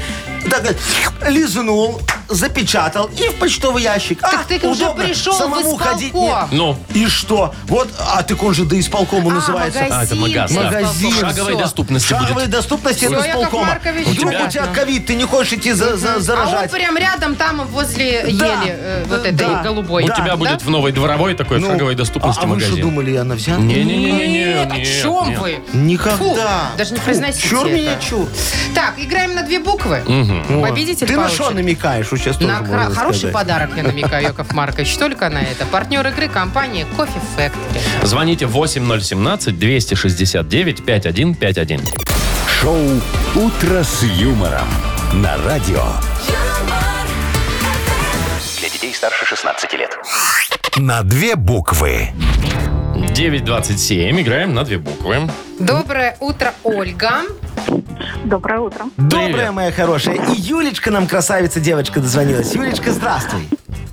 Speaker 4: так, э, лизнул, запечатал и в почтовый ящик.
Speaker 3: Так
Speaker 4: а,
Speaker 3: ты уже
Speaker 4: удобно,
Speaker 3: пришел в
Speaker 4: самому
Speaker 3: исполком.
Speaker 4: ходить. нет.
Speaker 2: Ну,
Speaker 4: И что? Вот, а так он же до исполкома называется.
Speaker 3: магазин.
Speaker 2: А, это магаз, да.
Speaker 4: Магазин.
Speaker 2: Шаговой
Speaker 4: всё.
Speaker 2: доступности
Speaker 4: Шаговой
Speaker 2: будет.
Speaker 4: доступности
Speaker 3: Всё,
Speaker 4: это
Speaker 3: Яков
Speaker 4: исполкома.
Speaker 3: Маркович,
Speaker 4: Вдруг
Speaker 3: понятно.
Speaker 4: у тебя ковид, ты не хочешь идти за, за-
Speaker 3: А он
Speaker 4: заражать.
Speaker 3: прям рядом, там возле
Speaker 4: Да.
Speaker 3: ели э, вот
Speaker 4: Да.
Speaker 3: этой голубой.
Speaker 2: у тебя будет в новой дворовой такой
Speaker 4: Ну,
Speaker 2: шаговой доступности
Speaker 4: а, а вы что
Speaker 2: магазин.
Speaker 4: думали, она взята?
Speaker 2: Не-не-не-не-не.
Speaker 3: Нет, Э, о чем вы?
Speaker 4: Никогда.
Speaker 3: Фу, даже не
Speaker 4: Фу,
Speaker 3: произносите
Speaker 4: Чур
Speaker 3: это.
Speaker 4: меня чур.
Speaker 3: Так, играем на две буквы. Победитель
Speaker 4: Ты
Speaker 3: получит.
Speaker 4: на что намекаешь? Вот Сейчас
Speaker 3: На
Speaker 4: тоже
Speaker 3: хра-
Speaker 4: можно
Speaker 3: хороший
Speaker 4: сказать.
Speaker 3: подарок, я намекаю, Яков Маркович. Только на это. Партнер игры компания Coffee Factory.
Speaker 2: Звоните 8017-269-5151.
Speaker 1: Шоу «Утро с юмором» на радио.
Speaker 10: юмор,
Speaker 6: Для детей старше 16 лет.
Speaker 1: На две буквы.
Speaker 2: 9.27. Играем на две буквы.
Speaker 3: Доброе утро, Ольга.
Speaker 9: Доброе утро.
Speaker 4: Добрая
Speaker 2: Привет.
Speaker 4: моя хорошая. И Юлечка нам красавица девочка дозвонилась. Юлечка, здравствуй.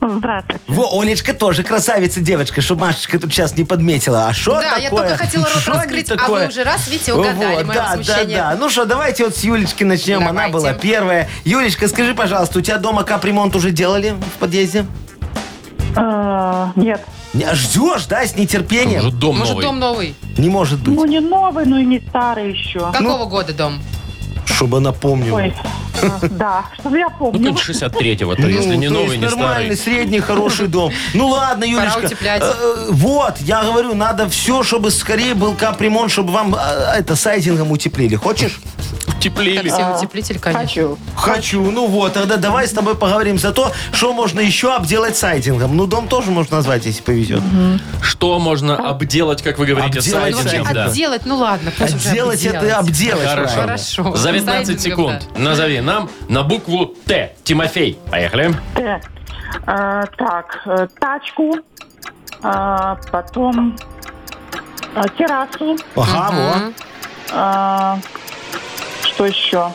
Speaker 9: Здравствуйте.
Speaker 4: Во, Олечка тоже красавица девочка, чтобы Машечка тут сейчас не подметила. А что
Speaker 3: да, я только хотела рот раскрыть, а вы уже раз, видите, угадали мое
Speaker 4: да, да,
Speaker 3: возмущение.
Speaker 4: да. Ну что, давайте вот с Юлечки начнем. Она
Speaker 3: Давайте.
Speaker 4: была первая. Юлечка, скажи, пожалуйста, у тебя дома капремонт уже делали в подъезде?
Speaker 9: Нет.
Speaker 4: Не, а Ждешь, да, с нетерпением?
Speaker 2: Уже дом
Speaker 3: Может,
Speaker 2: новый.
Speaker 3: дом новый?
Speaker 4: Не может быть.
Speaker 9: Ну, не новый, но и не
Speaker 4: А,
Speaker 9: старый
Speaker 4: ну,
Speaker 9: еще.
Speaker 3: Какого года дом?
Speaker 4: Чтобы напомнила.
Speaker 9: Ой, э, да, чтобы я
Speaker 2: Ну,
Speaker 9: помню.
Speaker 2: какой-нибудь 63-го, то А если не
Speaker 4: Ну, то
Speaker 2: новый,
Speaker 4: есть
Speaker 2: не
Speaker 4: нормальный,
Speaker 2: старый.
Speaker 4: средний, хороший дом. Ну ладно,
Speaker 3: Пора
Speaker 4: Юлечка.
Speaker 3: утеплять.
Speaker 4: э, Вот, я говорю, надо все, чтобы скорее был капремонт, чтобы вам э, это сайдингом утеплили. Хочешь?
Speaker 2: Утеплили.
Speaker 4: а,
Speaker 3: Все, утеплитель, конечно.
Speaker 9: Хочу.
Speaker 4: Хочу. Ну вот, тогда давай с тобой поговорим за то, что можно еще обделать сайдингом. Ну, дом тоже можно назвать, если повезет.
Speaker 2: Что можно обделать, как вы говорите,
Speaker 4: Обделать,
Speaker 3: Ну, вообще,
Speaker 2: сайтингом, да.
Speaker 3: отделать, ну ладно, пусть уже
Speaker 4: Отделать а, это
Speaker 3: обделать.
Speaker 4: обделать.
Speaker 2: Хорошо.
Speaker 4: правильно.
Speaker 3: Хорошо.
Speaker 2: За 15
Speaker 3: Сайдингом,
Speaker 2: секунд назови нам на букву Т. Тимофей. Поехали.
Speaker 9: Т. Э, так, э, тачку, э, потом э, террасу,
Speaker 4: Ага, вот.
Speaker 9: э, что еще?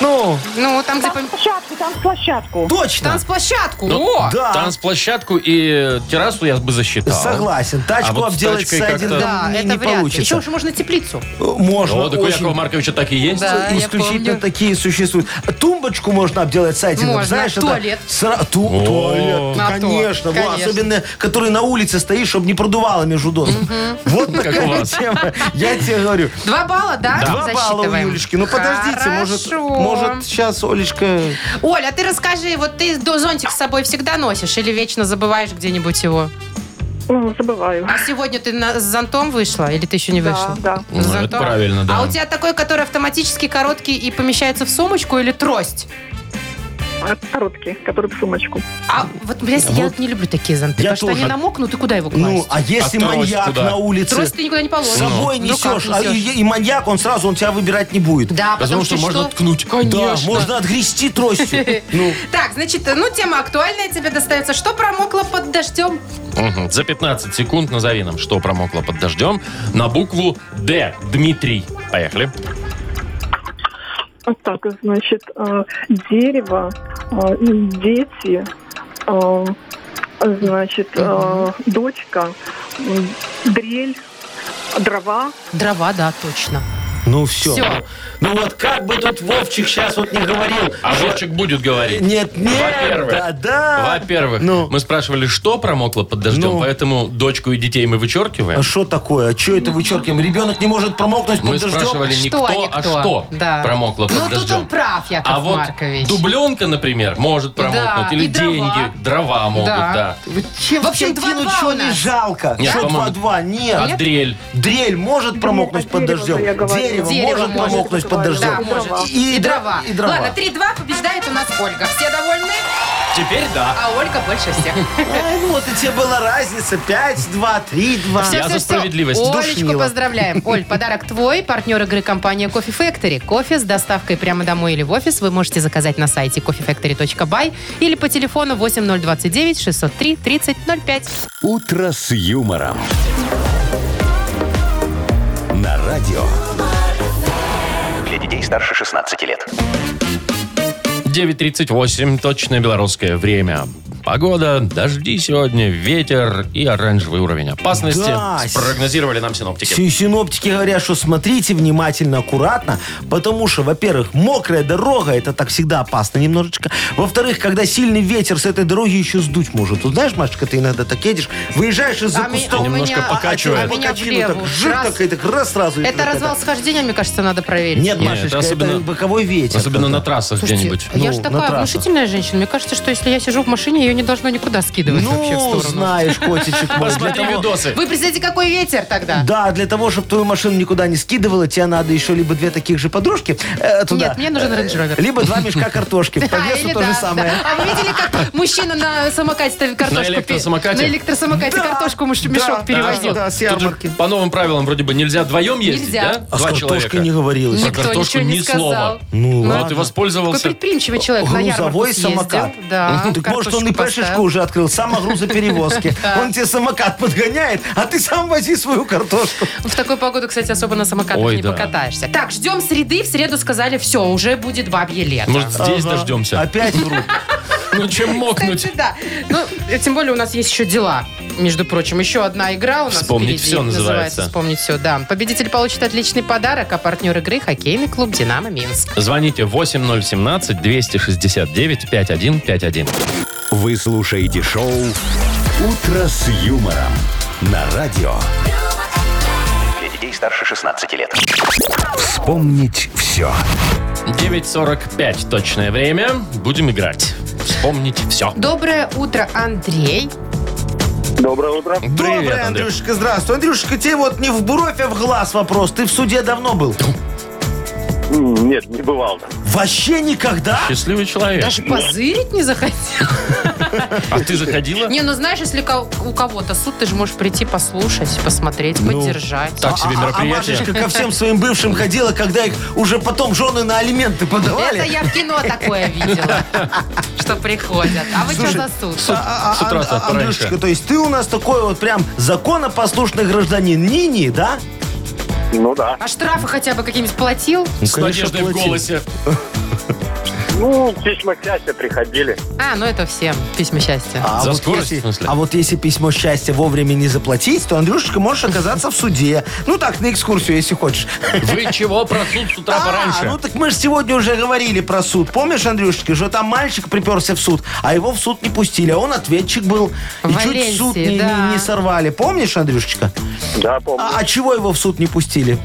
Speaker 4: Ну,
Speaker 3: Ну, там где... пом-
Speaker 9: Площадку, там площадку.
Speaker 4: точно.
Speaker 3: Танцплощадку.
Speaker 2: Ну,
Speaker 3: О!
Speaker 4: Да.
Speaker 2: Танцплощадку и террасу я бы засчитал.
Speaker 4: Согласен.
Speaker 2: А
Speaker 4: Тачку
Speaker 2: вот с
Speaker 4: обделать
Speaker 2: тачкой как-то-
Speaker 4: сайдингом
Speaker 3: Да,
Speaker 4: не,
Speaker 3: это
Speaker 4: не
Speaker 3: вряд ли. Еще
Speaker 4: получится.
Speaker 3: уже можно теплицу.
Speaker 4: Э, Можно.
Speaker 2: О, так Ну, у
Speaker 4: очень.
Speaker 2: Якова Марковича так и есть.
Speaker 3: Да, я
Speaker 4: исключительно
Speaker 3: помню.
Speaker 4: такие существуют. А Тумбочку можно обделать сайтингом.
Speaker 3: Можно.
Speaker 4: Знаешь,
Speaker 3: Туалет.
Speaker 4: Это... сра- ту-
Speaker 2: О.
Speaker 4: Туалет,
Speaker 3: На то,
Speaker 4: конечно. во,
Speaker 3: конечно.
Speaker 4: Особенно, который на улице стоит, чтобы не продувало между досок. Вот
Speaker 2: у
Speaker 4: такая
Speaker 2: вас.
Speaker 4: тема. Я тебе говорю.
Speaker 3: Два балла, да?
Speaker 4: Два балла у
Speaker 3: Засчитываем.
Speaker 4: Юлечки. Ну, подождите, может,
Speaker 3: Хорошо.
Speaker 4: может сейчас Олечка...
Speaker 3: Оля, а ты расскажи, вот ты до- зонтик с собой всегда носишь или вечно забываешь где-нибудь его?
Speaker 9: М, Забываю.
Speaker 3: А сегодня ты на- с зонтом вышла или ты еще не
Speaker 9: Да,
Speaker 3: вышла?
Speaker 9: да.
Speaker 2: Ну,
Speaker 3: С
Speaker 2: это
Speaker 3: зонтом?
Speaker 2: правильно, да.
Speaker 3: А у тебя такой, который автоматически короткий и помещается в сумочку или трость?
Speaker 9: А, Короткий, который в сумочку.
Speaker 3: А вот, блядь, я вот не люблю такие зонты,
Speaker 4: Я
Speaker 3: потому что они
Speaker 4: тоже.
Speaker 3: намокнут, и куда его
Speaker 4: Ну,
Speaker 3: класть?
Speaker 4: а если
Speaker 2: А трость
Speaker 4: маньяк
Speaker 2: куда?
Speaker 4: на улице...
Speaker 3: Трость ты никуда не
Speaker 4: С
Speaker 3: положишь.
Speaker 4: собой
Speaker 3: Ну как
Speaker 4: несешь, а и,
Speaker 3: несешь?
Speaker 4: и маньяк, он сразу он тебя выбирать не будет.
Speaker 3: Да, потому,
Speaker 2: Потому что можно ткнуть.
Speaker 4: Да, можно отгрести тростью. Ну,
Speaker 3: Так, значит, ну, тема актуальная тебе достается. Что промокло под дождем?
Speaker 2: Мгм. За 15 секунд назови нам, что промокло под дождем, на букву Д. Дмитрий. Поехали.
Speaker 9: Вот так, значит, э, дерево, э, дети, э, значит, э, дочка, м, дрель, дрова.
Speaker 3: Дрова, да, точно.
Speaker 4: ну все.
Speaker 3: Всё.
Speaker 4: Ну вот как бы тут Вовчик сейчас вот не говорил.
Speaker 2: А Вовчик будет говорить.
Speaker 4: Нет, нет.
Speaker 2: Во-первых.
Speaker 4: Да, да.
Speaker 2: Во-первых,
Speaker 4: Ну.
Speaker 2: мы спрашивали, что промокло под дождем,
Speaker 4: Ну.
Speaker 2: поэтому дочку и детей мы вычеркиваем.
Speaker 4: А что такое? А что это вычеркиваем? Ребенок не может промокнуть под
Speaker 2: Мы
Speaker 4: дождем?
Speaker 2: спрашивали не кто,
Speaker 3: Что, а не
Speaker 2: а
Speaker 3: кто.
Speaker 2: что
Speaker 3: Да.
Speaker 2: промокло под
Speaker 3: Ну, тут
Speaker 2: дождем.
Speaker 3: он прав, Яков
Speaker 2: а вот
Speaker 3: Маркович.
Speaker 2: дубленка, например, может промокнуть.
Speaker 3: Да,
Speaker 2: Или
Speaker 3: и дрова.
Speaker 2: деньги, дрова могут,
Speaker 3: Да.
Speaker 2: да.
Speaker 4: Вы чем
Speaker 3: В общем,
Speaker 4: все кинуть,
Speaker 3: 2-2
Speaker 4: что
Speaker 3: у
Speaker 4: не
Speaker 3: нас.
Speaker 4: жалко?
Speaker 2: Нет,
Speaker 4: что
Speaker 2: по-моему,
Speaker 4: 2-2? Нет.
Speaker 2: А дрель.
Speaker 4: Дрель может промокнуть
Speaker 9: а
Speaker 4: под
Speaker 9: дерево-то
Speaker 4: дождем?
Speaker 9: я говорила.
Speaker 4: Дерево,
Speaker 3: Дерево
Speaker 4: может
Speaker 3: может,
Speaker 4: промокнуть под
Speaker 9: говорила.
Speaker 3: Да,
Speaker 4: дождем?
Speaker 9: Дрова.
Speaker 3: может.
Speaker 4: И
Speaker 3: И,
Speaker 4: дра-
Speaker 3: дрова.
Speaker 4: и дрова.
Speaker 3: Ладно, 3-2 побеждает у нас Ольга. Все довольны?
Speaker 2: Теперь да.
Speaker 3: А Ольга больше всех.
Speaker 4: Ай, ну вот и тебе была разница. 5, 2, 3, 2.
Speaker 3: Всё,
Speaker 2: Я
Speaker 3: всё,
Speaker 2: за
Speaker 3: всё.
Speaker 2: справедливость.
Speaker 3: Олечку
Speaker 4: Душнило.
Speaker 3: поздравляем. Оль, подарок твой. Партнер игры компания Coffee Factory. Кофе с доставкой прямо домой или в офис вы можете заказать на сайте coffeefactory.by или по телефону 8029 603 3005.
Speaker 1: «Утро с юмором». На радио.
Speaker 6: Для детей старше 16 лет.
Speaker 2: 9.38, точное белорусское время. Погода, дожди сегодня, ветер и оранжевый уровень опасности.
Speaker 4: Да.
Speaker 2: Спрогнозировали нам синоптики.
Speaker 4: Си- Синоптики говорят, что смотрите внимательно, аккуратно, потому что, во-первых, мокрая дорога, это так всегда опасно немножечко. Во-вторых, когда сильный ветер с этой дороги еще сдуть может. Вот знаешь, Машечка, ты иногда так едешь, выезжаешь из-за
Speaker 3: А ми-
Speaker 4: кустов.
Speaker 3: а у
Speaker 2: Немножко
Speaker 3: меня-
Speaker 2: покачивает.
Speaker 3: А меня
Speaker 4: Покачину так,
Speaker 3: влево.
Speaker 4: жир
Speaker 3: Раз.
Speaker 4: так, и так раз сразу. и
Speaker 3: Это
Speaker 4: так,
Speaker 3: развал схождения, мне кажется, надо проверить.
Speaker 4: Нет,
Speaker 2: Нет,
Speaker 4: Машечка,
Speaker 2: это особенно-
Speaker 4: это боковой ветер.
Speaker 2: Особенно на
Speaker 4: тогда.
Speaker 2: трассах
Speaker 3: Слушайте,
Speaker 2: где-нибудь.
Speaker 3: Я
Speaker 4: Ну,
Speaker 3: же
Speaker 4: на
Speaker 3: такая
Speaker 4: трассах.
Speaker 3: внушительная женщина. Мне кажется, что если я сижу в машине, ее не должно никуда скидывать вообще в
Speaker 4: Ну,
Speaker 3: сторону.
Speaker 4: знаешь, котичек мой, для
Speaker 2: Посмотри
Speaker 4: того,
Speaker 2: видосы.
Speaker 3: Вы представляете, какой ветер тогда?
Speaker 4: Да, для того, чтобы твою машину никуда не скидывала, тебе надо еще либо две таких же подружки э, туда.
Speaker 3: Нет, мне нужен
Speaker 4: э,
Speaker 3: Range Rover.
Speaker 4: Либо два мешка картошки. По
Speaker 3: Да,
Speaker 4: весу
Speaker 3: или
Speaker 4: то
Speaker 3: да,
Speaker 4: же
Speaker 3: да.
Speaker 4: самое.
Speaker 3: А вы видели, как мужчина на самокате ставит картошку? пе-
Speaker 2: электросамокате?
Speaker 3: На электросамокате
Speaker 4: Да.
Speaker 3: картошку муж-
Speaker 4: Да,
Speaker 3: мешок
Speaker 4: да,
Speaker 3: перевозил.
Speaker 4: да, с
Speaker 2: Тут же
Speaker 4: ярмарки.
Speaker 2: по новым правилам вроде бы нельзя вдвоем ездить,
Speaker 3: Нельзя.
Speaker 2: да?
Speaker 4: А с
Speaker 2: Два
Speaker 4: картошкой
Speaker 2: человека.
Speaker 4: не говорилось.
Speaker 2: Про
Speaker 3: Никто
Speaker 2: картошку
Speaker 3: ничего
Speaker 2: ни
Speaker 3: не сказал.
Speaker 2: слова.
Speaker 4: Ну,
Speaker 2: вот
Speaker 4: ладно.
Speaker 2: и
Speaker 3: Какой
Speaker 2: воспользовался.
Speaker 3: предприимчивый человек на ярмарку
Speaker 4: Грузовой
Speaker 3: съездил.
Speaker 4: самокат.
Speaker 3: Да,
Speaker 4: Так может, он и
Speaker 3: картошку поставил.
Speaker 4: пешечку уже открыл, сам о грузоперевозке. Он тебе самокат подгоняет, а ты сам вози свою картошку.
Speaker 3: В такую погоду, кстати, особо на самокатах
Speaker 2: Ой,
Speaker 3: не
Speaker 2: да.
Speaker 3: покатаешься. Так, ждем среды. В среду сказали, все, уже будет бабье лето.
Speaker 2: Может, здесь
Speaker 4: Ага.
Speaker 2: дождемся?
Speaker 4: Опять вру.
Speaker 2: Ну, чем мокнуть?
Speaker 3: Кстати, да. Ну, э, тем более у нас есть еще дела. Между прочим, еще одна игра у нас
Speaker 2: «Вспомнить
Speaker 3: впереди.
Speaker 2: всё» называется.
Speaker 3: «Вспомнить все», да. Победитель получит отличный подарок, а партнер игры – хоккейный клуб «Динамо Минск».
Speaker 2: Звоните 8017-269-5151.
Speaker 1: Вы слушаете шоу «Утро с юмором» на радио.
Speaker 6: Для детей старше 16 лет.
Speaker 1: Вспомнить все.
Speaker 2: 9.45 точное время. Будем играть. Вспомнить все.
Speaker 3: Доброе утро, Андрей.
Speaker 8: Доброе утро.
Speaker 2: Привет,
Speaker 4: Доброе,
Speaker 2: Андрюш.
Speaker 4: Андрюшечка, здравствуй. Андрюшечка, тебе вот не в бровь, а в глаз вопрос. Ты в суде давно был?
Speaker 8: М, Нет, не бывал.
Speaker 4: Вообще никогда?
Speaker 2: Счастливый человек.
Speaker 3: Даже позырить не захотел.
Speaker 2: А ты заходила?
Speaker 3: Не, ну знаешь, если ко- у кого-то суд, ты же можешь прийти послушать, посмотреть, поддержать.
Speaker 2: Ну, Так себе
Speaker 4: А- а- А
Speaker 2: мероприятие.
Speaker 4: Машечка ко всем своим бывшим ходила, когда их уже потом жены на алименты подавали.
Speaker 3: Это я в кино такое видела, что приходят. А вы что за суд?
Speaker 4: А- а-
Speaker 2: С утра
Speaker 4: а-
Speaker 2: так,
Speaker 4: Андрюшечка,
Speaker 2: пораньше.
Speaker 4: то есть ты у нас такой вот прям законопослушный гражданин Нини, да?
Speaker 8: Ну да.
Speaker 3: А штрафы хотя бы какие-нибудь платил?
Speaker 2: С надеждой в
Speaker 4: платили.
Speaker 2: голосе.
Speaker 8: Ну, письма счастья приходили.
Speaker 3: А, ну это всем письма счастья.
Speaker 4: А
Speaker 2: За
Speaker 4: вот
Speaker 2: скорость,
Speaker 4: если-
Speaker 2: в смысле?
Speaker 4: а вот если письмо счастья вовремя не заплатить, то, Андрюшечка, можешь оказаться в суде. Ну так, на экскурсию, если хочешь.
Speaker 2: Вы чего про суд с утра
Speaker 4: А, ну
Speaker 2: пораньше?
Speaker 4: так мы же сегодня уже говорили про суд. Помнишь, Андрюшечка, что там мальчик приперся в суд, а его в суд не пустили, а он ответчик был. И
Speaker 3: Валенсии,
Speaker 4: чуть суд не, не-
Speaker 3: да.
Speaker 4: не сорвали. Помнишь, Андрюшечка?
Speaker 8: Да, помню.
Speaker 4: А, а чего его в суд не пустили?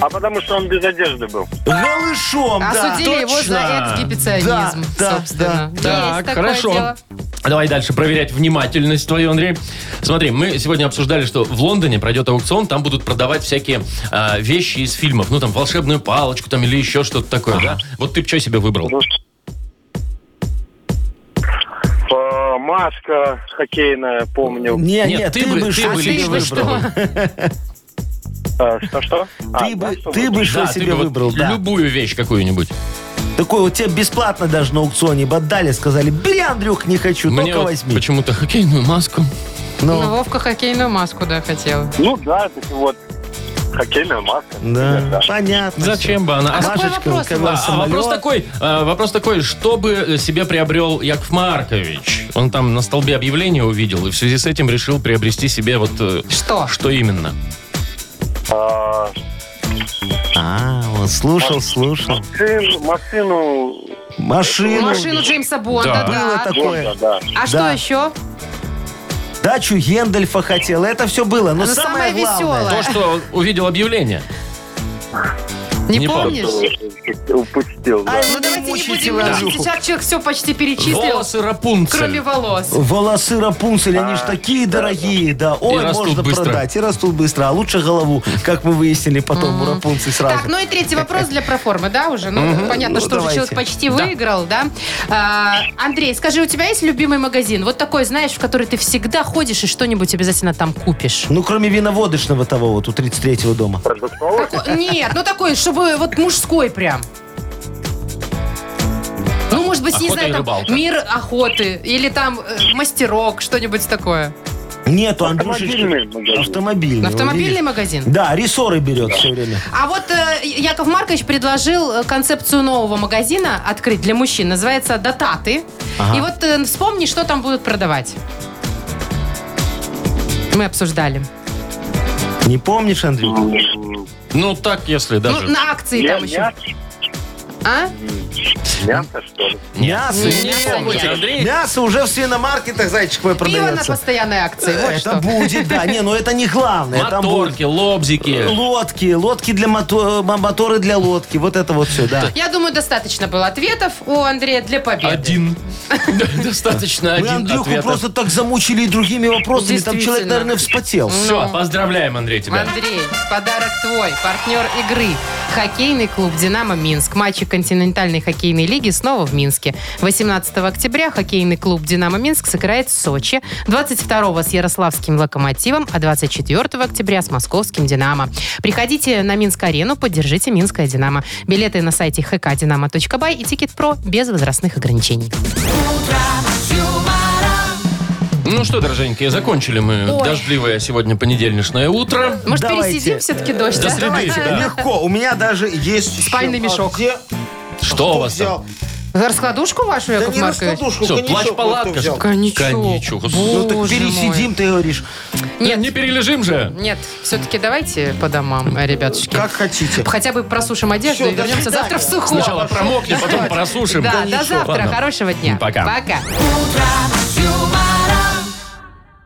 Speaker 8: А потому что он без одежды был.
Speaker 4: Голышом, да.
Speaker 3: Осудили А его за
Speaker 2: точно.
Speaker 3: эксгибиционизм,
Speaker 4: Да, да,
Speaker 3: собственно.
Speaker 4: да.
Speaker 3: Есть
Speaker 2: Так,
Speaker 3: такое
Speaker 2: хорошо.
Speaker 3: дело.
Speaker 2: Давай дальше проверять внимательность твою, Андрей. Смотри, мы сегодня обсуждали, что в Лондоне пройдет аукцион, там будут продавать всякие а, вещи из фильмов. Ну, там, волшебную палочку там или еще что-то такое, да? Вот ты бы что себе выбрал?
Speaker 8: Ну,
Speaker 4: Ну,
Speaker 8: Э, Маска хоккейная, помню.
Speaker 4: Не,
Speaker 2: Нет,
Speaker 4: нет,
Speaker 2: ты бы- ты
Speaker 4: что
Speaker 2: бы
Speaker 4: себе
Speaker 2: лично
Speaker 3: Ты что?
Speaker 4: выбрал?
Speaker 8: Э, Что-что? А,
Speaker 4: Ты
Speaker 8: да,
Speaker 4: бы,
Speaker 8: что
Speaker 4: ты
Speaker 8: вы-
Speaker 4: бы что
Speaker 2: Да, ты
Speaker 4: себе
Speaker 2: бы вот
Speaker 4: выбрал, да. Ну,
Speaker 2: любую вещь какую-нибудь.
Speaker 4: Такой вот тебе бесплатно даже на аукционе бы отдали, сказали, бери, Андрюх, не хочу,
Speaker 2: Мне
Speaker 4: только
Speaker 2: вот
Speaker 4: возьми.
Speaker 2: почему-то хоккейную маску.
Speaker 3: Ну,
Speaker 4: Ну,
Speaker 3: Вовка хоккейную маску, да, хотел.
Speaker 8: Ну да, это вот хоккейная маска. например,
Speaker 4: да, понятно.
Speaker 2: Зачем бы она?
Speaker 3: Ну, А какой
Speaker 4: Машечка,
Speaker 3: вопрос
Speaker 4: у
Speaker 3: у
Speaker 4: кого
Speaker 3: вас?
Speaker 2: А, а вопрос
Speaker 4: самолет?
Speaker 2: такой, а, вопрос такой, что бы себе приобрел Яков Маркович? Он там на столбе объявления увидел и в связи с этим решил приобрести себе вот э,
Speaker 3: Что?
Speaker 2: что именно?
Speaker 8: А,
Speaker 4: А, он слушал, слушал.
Speaker 8: машин- машину...
Speaker 4: Машину,
Speaker 3: Машину Джеймса Бонда,
Speaker 2: Да.
Speaker 4: было
Speaker 3: да.
Speaker 4: такое.
Speaker 8: Бонда, да.
Speaker 3: А что
Speaker 4: Ну, Да. Ну,
Speaker 3: еще?
Speaker 4: Дачу Гендельфа хотел, это все было. Но,
Speaker 3: Но
Speaker 4: самое,
Speaker 3: самое
Speaker 4: главное...
Speaker 2: То, что он увидел объявление.
Speaker 3: Не,
Speaker 2: Не помню.
Speaker 3: помнишь?
Speaker 8: Упустил, да.
Speaker 4: Ай,
Speaker 3: Ну
Speaker 4: не
Speaker 3: давайте не
Speaker 4: мучайте
Speaker 3: будем
Speaker 4: его,
Speaker 3: мучить.
Speaker 4: Андрюху.
Speaker 3: Сейчас человек все почти перечислил,
Speaker 2: Волосы Рапунцель.
Speaker 3: кроме волос.
Speaker 4: Волосы Рапунцель, они же такие дорогие, да. Ой,
Speaker 2: А, растут
Speaker 4: можно
Speaker 2: быстро.
Speaker 4: продать. И растут быстро. А лучше голову, как мы выяснили потом у Рапунцель сразу.
Speaker 3: Так, ну и третий вопрос для проформы, да, уже? Ну, понятно,
Speaker 4: Ну,
Speaker 3: что уже
Speaker 4: давайте.
Speaker 3: человек почти выиграл, да? А, Андрей, скажи, у тебя есть любимый магазин? Вот такой, знаешь, в который ты всегда ходишь и что-нибудь обязательно там купишь?
Speaker 4: Ну, кроме виноводочного того вот у 33-го дома.
Speaker 8: Продуктовый?
Speaker 3: Тако- Нет, ну такой, чтобы вот мужской прям. Ну, может быть, не
Speaker 2: Охота и
Speaker 3: знаю, там
Speaker 2: рыбалка.
Speaker 3: мир охоты или там э, мастерок, что-нибудь такое.
Speaker 4: Нету, Андрюшечка.
Speaker 8: Автомобильный магазин.
Speaker 4: Автомобильный.
Speaker 3: На
Speaker 4: вот
Speaker 3: автомобильный
Speaker 4: видишь?
Speaker 3: магазин.
Speaker 4: Да, рессоры берет все время.
Speaker 3: А вот э, Яков Маркович предложил э, концепцию нового магазина открыть для мужчин. Называется «Дотаты».
Speaker 4: Ага.
Speaker 3: И вот э, вспомни, что там будут продавать. Мы обсуждали.
Speaker 4: Не помнишь, Андрюха?
Speaker 2: Ну, так, если даже...
Speaker 3: Ну, на акции там еще. А?
Speaker 8: Мясо, что ли?
Speaker 4: Мясо.
Speaker 3: Не
Speaker 4: не
Speaker 3: помню.
Speaker 4: помните.
Speaker 2: Андрей?
Speaker 4: Мясо уже в свиномаркетах, зайчик мой,
Speaker 3: Пиво на
Speaker 4: продается.
Speaker 3: постоянной акции. Вот
Speaker 4: Э, Это
Speaker 3: что.
Speaker 4: будет, да. Не, ну это не главное. Там будут
Speaker 2: Моторки, лобзики.
Speaker 4: лодки, лодки для мото- м- моторы для лодки. Вот это вот все, да.
Speaker 3: Я думаю, достаточно было ответов у Андрея для победы.
Speaker 2: Один. Достаточно
Speaker 4: Мы
Speaker 2: один
Speaker 4: Андрюху
Speaker 2: ответ.
Speaker 4: просто так замучили и другими вопросами. Там человек,
Speaker 3: Действительно.
Speaker 4: наверное, вспотел.
Speaker 2: Все,
Speaker 3: Ну.
Speaker 2: поздравляем, Андрей, тебя.
Speaker 3: Андрей, подарок твой. Партнер игры. Хоккейный клуб «Динамо Минск». Матчи континентальной хоккейной лиги снова в Минске. 18 октября хоккейный клуб «Динамо Минск» сыграет в Сочи. 22 с Ярославским «Локомотивом», а 24 октября с московским «Динамо». Приходите на Минск-арену, поддержите «Минское Динамо». Билеты на сайте hkdinamo.by и «Тикет.Про» без возрастных ограничений.
Speaker 2: Ну что, дороженькие, закончили мы
Speaker 3: Ой. Ну,
Speaker 2: дождливое сегодня понедельничное утро.
Speaker 3: Может,
Speaker 4: Давайте.
Speaker 3: пересидим все-таки дождь?
Speaker 2: До
Speaker 3: а?
Speaker 2: среды, да.
Speaker 4: Легко. У меня даже есть...
Speaker 3: Спальный
Speaker 4: чем. А
Speaker 3: мешок.
Speaker 4: где?
Speaker 2: Что у вас там?
Speaker 4: взял?
Speaker 3: Раскладушку вашу,
Speaker 4: Да
Speaker 3: Яков
Speaker 4: не
Speaker 3: Маркович?
Speaker 4: раскладушку,
Speaker 2: Всё,
Speaker 4: коньячок
Speaker 2: плащ-палатка
Speaker 4: вот ты взял.
Speaker 3: Коньячок.
Speaker 2: Коньячок.
Speaker 4: Ну так
Speaker 3: Боже
Speaker 4: пересидим, ты говоришь.
Speaker 3: мой. Нет,
Speaker 2: Не перележим же.
Speaker 3: Нет, все-таки давайте по домам, э, ребятушки.
Speaker 4: Как хотите.
Speaker 3: Хотя бы просушим одежду
Speaker 4: Всё,
Speaker 3: и
Speaker 4: до
Speaker 3: вернемся завтра в сухую.
Speaker 2: Сначала промокнем, потом просушим.
Speaker 3: Да, до завтра.
Speaker 2: Ладно.
Speaker 3: Хорошего дня.
Speaker 2: Пока.
Speaker 3: Пока.
Speaker 7: Утро